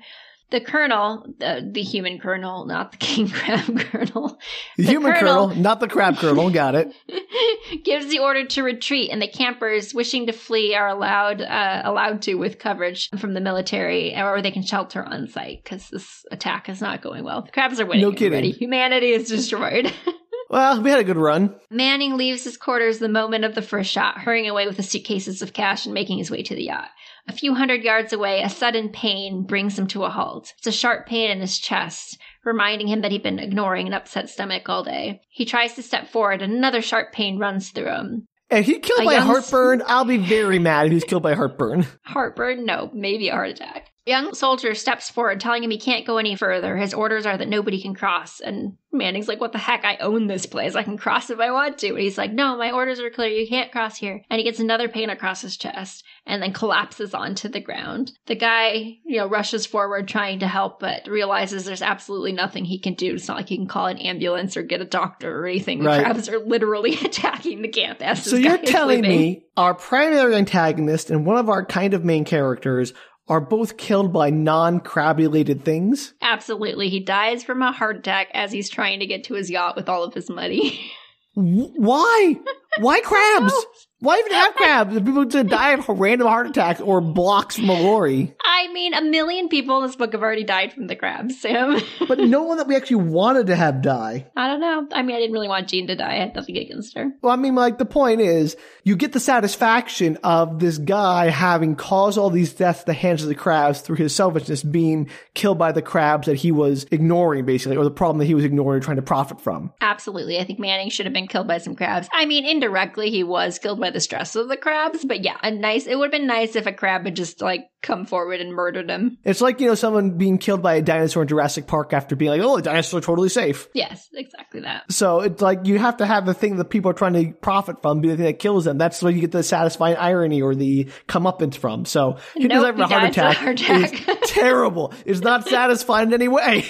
The colonel, the, the human colonel, not the king crab colonel, The, The human colonel- colonel, not the crab colonel. Got it. gives the order to retreat, and the campers wishing to flee are allowed uh, allowed to with coverage from the military, or they can shelter on site because this attack is not going well. The crabs are winning. No kidding. everybody. Humanity is destroyed. Well, we had a good run. Manning leaves his quarters the moment of the first shot, hurrying away with the suitcases of cash and making his way to the yacht. A few hundred yards away, a sudden pain brings him to a halt. It's a sharp pain in his chest, reminding him that he'd been ignoring an upset stomach all day. He tries to step forward, and another sharp pain runs through him. If he killed A by young- heartburn, I'll be very mad if he's killed by heartburn. Heartburn? No, maybe a heart attack. Young soldier steps forward, telling him he can't go any further. His orders are that nobody can cross. And Manning's like, What the heck? I own this place. I can cross if I want to. And he's like, No, my orders are clear. You can't cross here. And he gets another pain across his chest and then collapses onto the ground. The guy, you know, rushes forward trying to help, but realizes there's absolutely nothing he can do. It's not like he can call an ambulance or get a doctor or anything. The Right. crabs are literally attacking the camp. as So this you're guy is telling leaving. me our primary antagonist and one of our kind of main characters are both killed by non-crab related things? Absolutely. He dies from a heart attack as he's trying to get to his yacht with all of his money. Wh- Why? Why crabs? Why even have crabs if people just die of random heart attacks or blocks from a lorry? I mean, a million people in this book have already died from the crabs, Sam. but no one that we actually wanted to have die. I don't know. I mean, I didn't really want Jean to die. I had nothing against her. Well, I mean, like the point is, you get the satisfaction of this guy having caused all these deaths at the hands of the crabs through his selfishness, being killed by the crabs that he was ignoring, basically, or the problem that he was ignoring, trying to profit from. Absolutely. I think Manning should have been killed by some crabs. I mean, indirectly, he was killed by the stress of the crabs, but yeah, a nice, it would have been nice if a crab had just like come forward and murdered him. It's like you know someone being killed by a dinosaur in Jurassic Park after being like, "Oh, the dinosaurs are totally safe." Yes, exactly that. So it's like you have to have the thing that people are trying to profit from be the thing that kills them. That's where you get the satisfying irony or the comeuppance from. So he Nope, doesn't have he a heart died attack. from a heart attack. It's terrible. It's not satisfying in any way.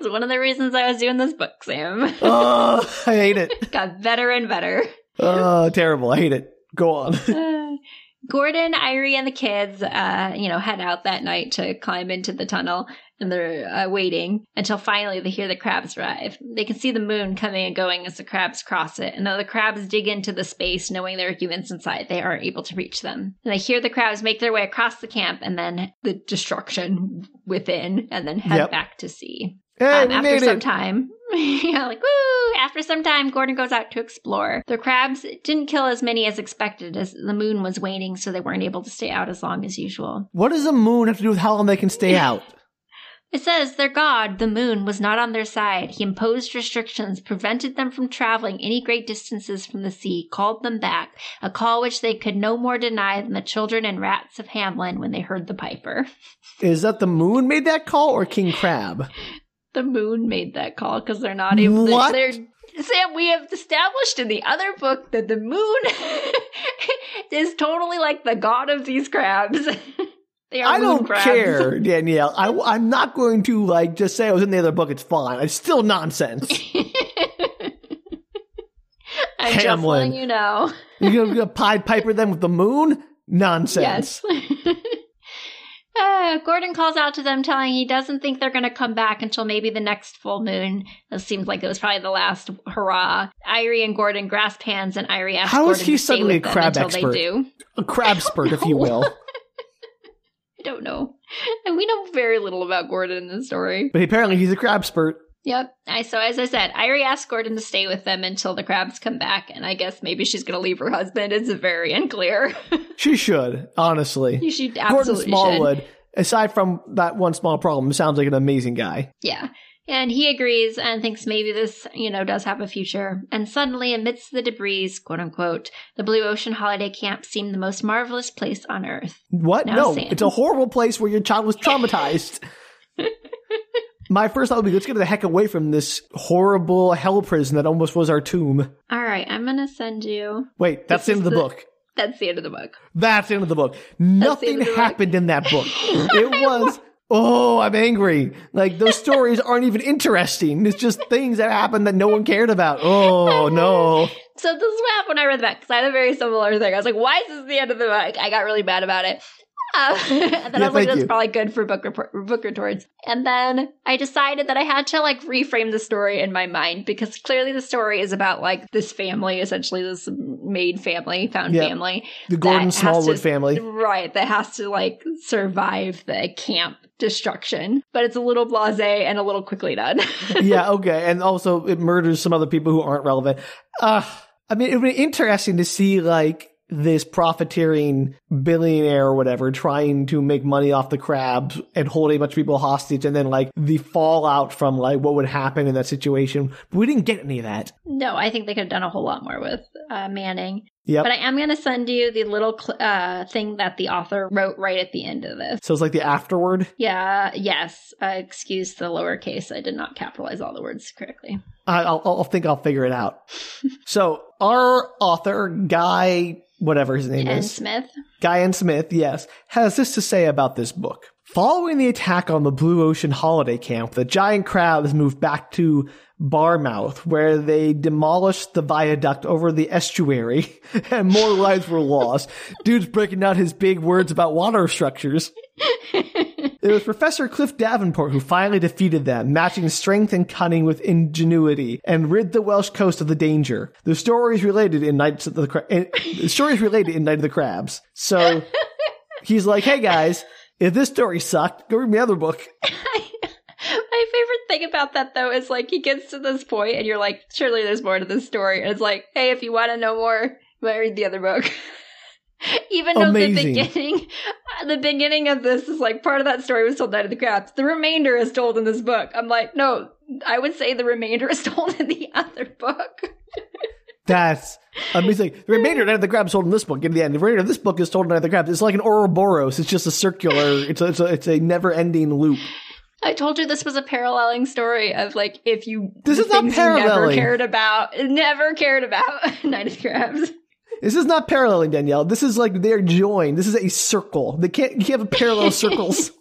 It's one of the reasons I was doing this book, Sam. Oh, I hate it. Got better and better. Oh, terrible. I hate it. Go on. Uh, Gordon, Irie, and the kids, uh, you know, head out that night to climb into the tunnel, and they're uh, waiting until finally they hear the crabs arrive. They can see the moon coming and going as the crabs cross it, and though the crabs dig into the space, knowing there are humans inside, they aren't able to reach them. And they hear the crabs make their way across the camp, and then the destruction within, and then head Yep. back to sea. Hey, Um, we after made some it. time. yeah, like woo! After some time, Gordon goes out to explore. The crabs didn't kill as many as expected as the moon was waning, so they weren't able to stay out as long as usual. What does the moon have to do with how long they can stay out? It says their god, the moon, was not on their side. He imposed restrictions, prevented them from traveling any great distances from the sea, called them back, a call which they could no more deny than the children and rats of Hamlin when they heard the piper. Is that the moon made that call or King Crab? the moon made that call because they're not able What? they're, they're sam we have established in the other book that the moon is totally like the god of these crabs they are I moon don't crabs. care, Danielle. I, am not going to like just say I was in the other book. It's fine. It's still nonsense. i'm just Hamlin. letting you know You're gonna, gonna Pied Piper them with the moon? Nonsense. Yes. Uh, Gordon calls out to them, telling he doesn't think they're going to come back until maybe the next full moon. It seems like it was probably the last hurrah. Irie and Gordon grasp hands, and Irie asks How is Gordon he to stay suddenly a with them crab until expert? they do. A crab spurt, if you will. I don't know. And we know very little about Gordon in the story. But apparently he's a crab spurt. Yep. I so as I said, Irie asks Gordon to stay with them until the crabs come back, and I guess maybe she's going to leave her husband. It's very unclear. She should, honestly. she absolutely Gordon should. Smallwood, aside from that one small problem, sounds like an amazing guy. Yeah. And he agrees and thinks maybe this, you know, does have a future. And suddenly, amidst the debris, quote unquote, the Blue Ocean Holiday Camp seemed the most marvelous place on earth. What? Now no, Sam. it's a horrible place where your child was traumatized. My first thought would be let's get the heck away from this horrible hell prison that almost was our tomb. All right, I'm going to send you. Wait, that's the This end is of the, the- book. That's the end of the book. That's the end of the book. end Nothing of the book. happened in that book. It was, oh, I'm angry. Like, those stories aren't even interesting. It's just things that happened that no one cared about. Oh, no. So this is what happened when I read the back because I had a very similar thing. I was like, "Why is this the end of the book?" I got really mad about it. Um, and then Yeah, I was like, thank "That's you. probably good for book report, book retorts." And then I decided that I had to like reframe the story in my mind because clearly the story is about like this family, essentially this maid family, found Yeah. family, The That Gordon has Smallwood to- family. right? That has to like survive the camp destruction, but it's a little blasé and a little quickly done. yeah, okay. And also, it murders some other people who aren't relevant. Uh, I mean, it would be interesting to see, like, this profiteering billionaire or whatever trying to make money off the crabs and hold a bunch of people hostage and then, like, the fallout from, like, what would happen in that situation. But we didn't get any of that. no, I think they could have done a whole lot more with uh, Manning. Yep. But I am going to send you the little cl- uh, thing that the author wrote right at the end of this. so it's like the afterward. Yeah, yes. Uh, excuse the lowercase. I did not capitalize all the words correctly. I, I'll, I'll think I'll figure it out. so our author, Guy, whatever his name And is, Smith. Guy and Smith, yes, has this to say about this book. Following the attack on the Blue Ocean holiday camp, the giant crabs moved back to Barmouth, where they demolished the viaduct over the estuary, and more lives were lost. Dude's breaking out his big words about water structures. It was Professor Cliff Davenport who finally defeated them, matching strength and cunning with ingenuity, and rid the Welsh coast of the danger. The story is related in Knights of the Cra- in- the story is related in Night of the Crabs. So he's like, "Hey guys, If this story sucked, go read my other book. My favorite thing about that though is like he gets to this point and you're like, surely there's more to this story. And it's like, hey, if you want to know more, you might read the other book. Even though the Amazing. beginning, the beginning of this is like part of that story was told Night of the Crabs. The remainder is told in this book. I'm like, no, I would say the remainder is told in the other book. That's amazing. The remainder of Night of the Crabs told in this book. In the end, the remainder of this book is told in Night of the Crabs. It's like an Ouroboros. It's just a circular. It's a, it's a, it's a never-ending loop. I told you this was a paralleling story of like if you This the is not things you never paralleling. cared about, never cared about Night of the Crabs. This is not paralleling, Danielle. This is like they're joined. This is a circle. They can't you can't have parallel circles.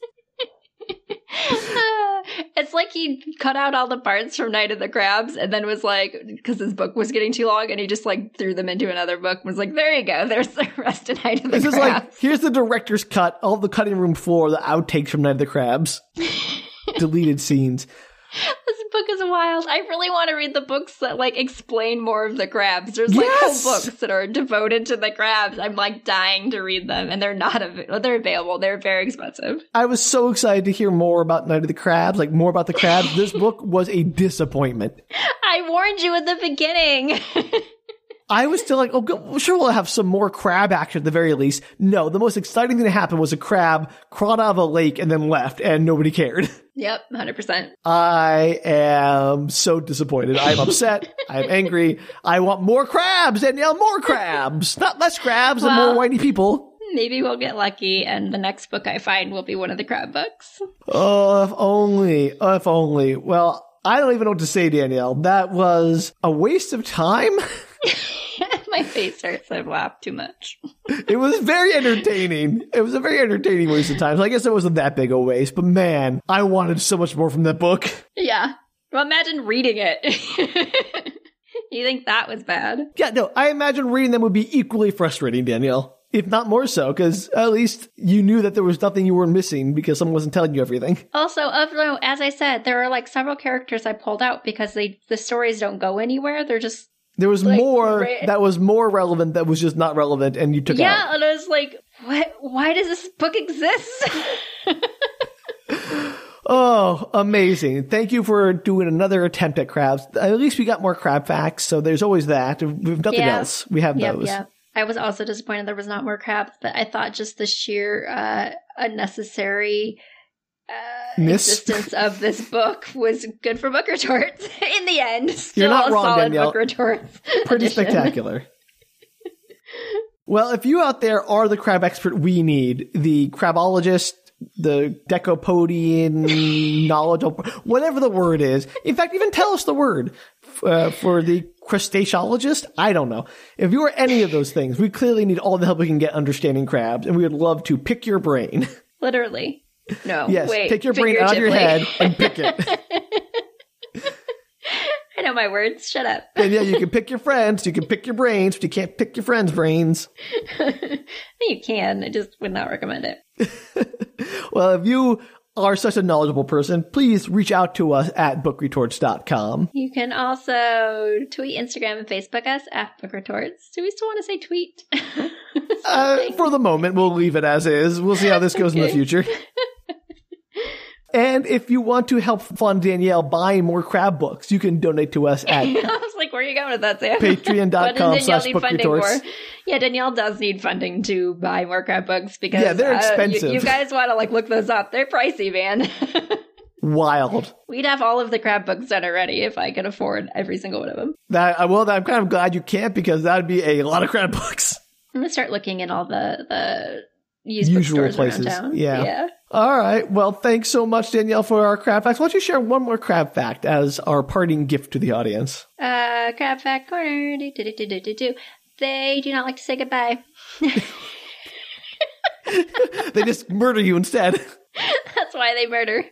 it's like he cut out all the parts from Night of the Crabs and then was like, because his book was getting too long, and he just like threw them into another book and was like, there you go, there's the rest of Night of the This is Crabs. like here's the director's cut, all the cutting room floor, the outtakes from Night of the Crabs, deleted scenes. this book is wild. I really want to read the books that like explain more of the crabs. There's like Yes! whole books that are devoted to the crabs. I'm like dying to read them, and they're not av- they're available. They're very expensive. I was so excited to hear more about Night of the Crabs, like more about the crabs. This book was a disappointment. I warned you at the beginning. I was still like, oh, go- well, sure, we'll have some more crab action at the very least. No, the most exciting thing that happened was a crab crawled out of a lake and then left, and nobody cared. yep, hundred percent. I am so disappointed. I'm upset. I'm angry. I want more crabs, Danielle, more crabs, not less crabs and Well- more whiny people. Maybe we'll get lucky, and the next book I find will be one of the crab books. Oh, if only, oh, if only. Well, I don't even know what to say, Danielle. That was a waste of time. My face hurts. I've laughed too much. it was very entertaining. It was a very entertaining waste of time. So I guess it wasn't that big a waste, but man, I wanted so much more from that book. Yeah. Well, imagine reading it. you think that was bad? Yeah, no, I imagine reading them would be equally frustrating, Danielle. If not more so, because at least you knew that there was nothing you were missing because someone wasn't telling you everything. Also, of no, as I said, there are like several characters I pulled out because they the stories don't go anywhere. They're just There was Like, more right. that was more relevant that was just not relevant and you took out. yeah. And I was like, what? Why does this book exist? Oh, amazing. Thank you for doing another attempt at crabs. At least we got more crab facts, so there's always that. If we have nothing Yeah. else, we have yep, those. yep. I was also disappointed there was not more crabs, but I thought just the sheer uh, unnecessary uh, Miss? existence of this book was good for book retorts. In the end, still not a wrong, solid Danielle. book retorts. pretty edition. spectacular. well, if you out there are the crab expert we need, the crabologist, the decopodian knowledge, whatever the word is. In fact, even tell us the word uh, for the crustaceologist. I don't know. If you are any of those things, we clearly need all the help we can get understanding crabs, and we would love to pick your brain. Literally. No. yes, wait, take your brain out of your figuratively. head and pick it. I know my words. Shut up. and yeah, you can pick your friends, you can pick your brains, but you can't pick your friends' brains. You can. I just would not recommend it. Well, if you are such a knowledgeable person, please reach out to us at bookretorts.com. You can also tweet, Instagram, and Facebook us at Book Retorts. Do we still want to say tweet? Uh, for the moment, we'll leave it as is. We'll see how this goes in the Okay. future. And if you want to help fund Danielle buying more crab books, you can donate to us at I was like, where are you going with that, Sam? What does patreon.com Danielle slash need book funding retorts. for? Yeah, Danielle does need funding to buy more crab books because Yeah, they're uh, you- expensive. you, guys want to like look those up. They're pricey, man. Wild. We'd have all of the crab books done already if I could afford every single one of them. That I- well, I'm kind of glad you can't because that would be a lot of crab books. I'm gonna start looking at all the the used Usual bookstores places. around town. Yeah. yeah. All right. Well, thanks so much, Danielle, for our crab facts. Why don't you share one more crab fact as our parting gift to the audience? Uh, crab fact corner. Do, do, do, do, do, do, do. They do not like to say goodbye. They just murder you instead. That's why they murder.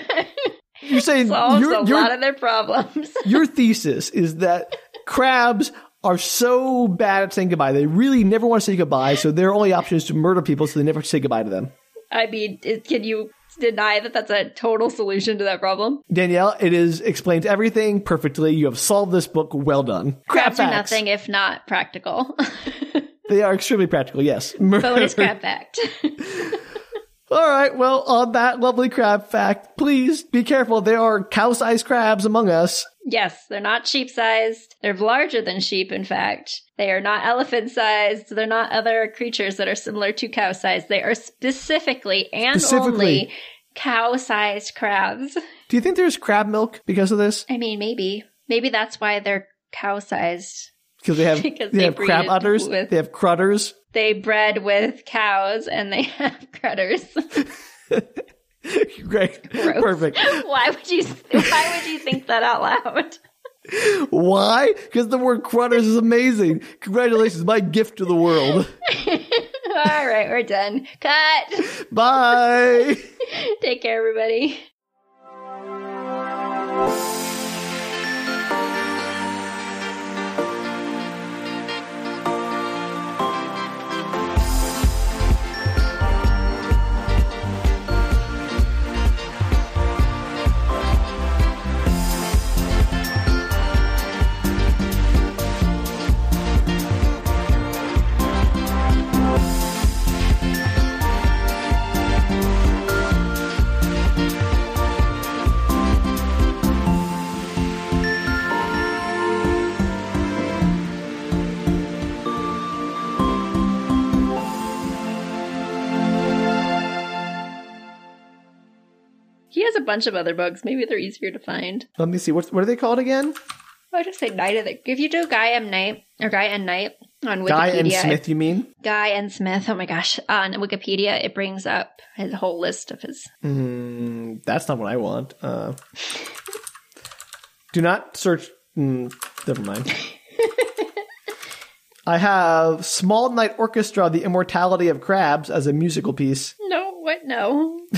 You're saying Solves your, a your, lot of their problems. your thesis is that crabs are so bad at saying goodbye. They really never want to say goodbye, so their only option is to murder people so they never say goodbye to them. I mean, it, can you deny that that's a total solution to that problem? Danielle, it is explains everything perfectly. You have solved this book. Well done. Crab Crabs are facts. nothing if not practical. They are extremely practical, yes. Mur- Bonus crab fact. All right. Well, on that lovely crab fact, please be careful. There are cow sized crabs among us. Yes, they're not sheep sized. They're larger than sheep, in fact. They are not elephant sized. They're not other creatures that are similar to cow sized. They are specifically and Specifically. only cow sized crabs. Do you think there's crab milk because of this? I mean, maybe. Maybe that's why they're cow sized. Because they have Because they, they have crab breed udders, with- they have crudders. They bred with cows and they have critters. Great, Gross. perfect. why would you why would you think that out loud? Why? Because the word crudders is amazing. Congratulations, my gift to the world. All right, we're done. Cut. Bye. Take care everybody. He has a bunch of other books. Maybe they're easier to find. Let me see. What, what are they called again? I just say Night of the. If you do Guy M. Night or Guy and Night on Wikipedia, Guy and Smith, you mean? Guy and Smith. Oh my gosh, on Wikipedia it brings up his whole list of his. Mm, that's not what I want. Uh, do not search. Mm, never mind. I have Small Night Orchestra: The Immortality of Crabs as a musical piece. No, what? No,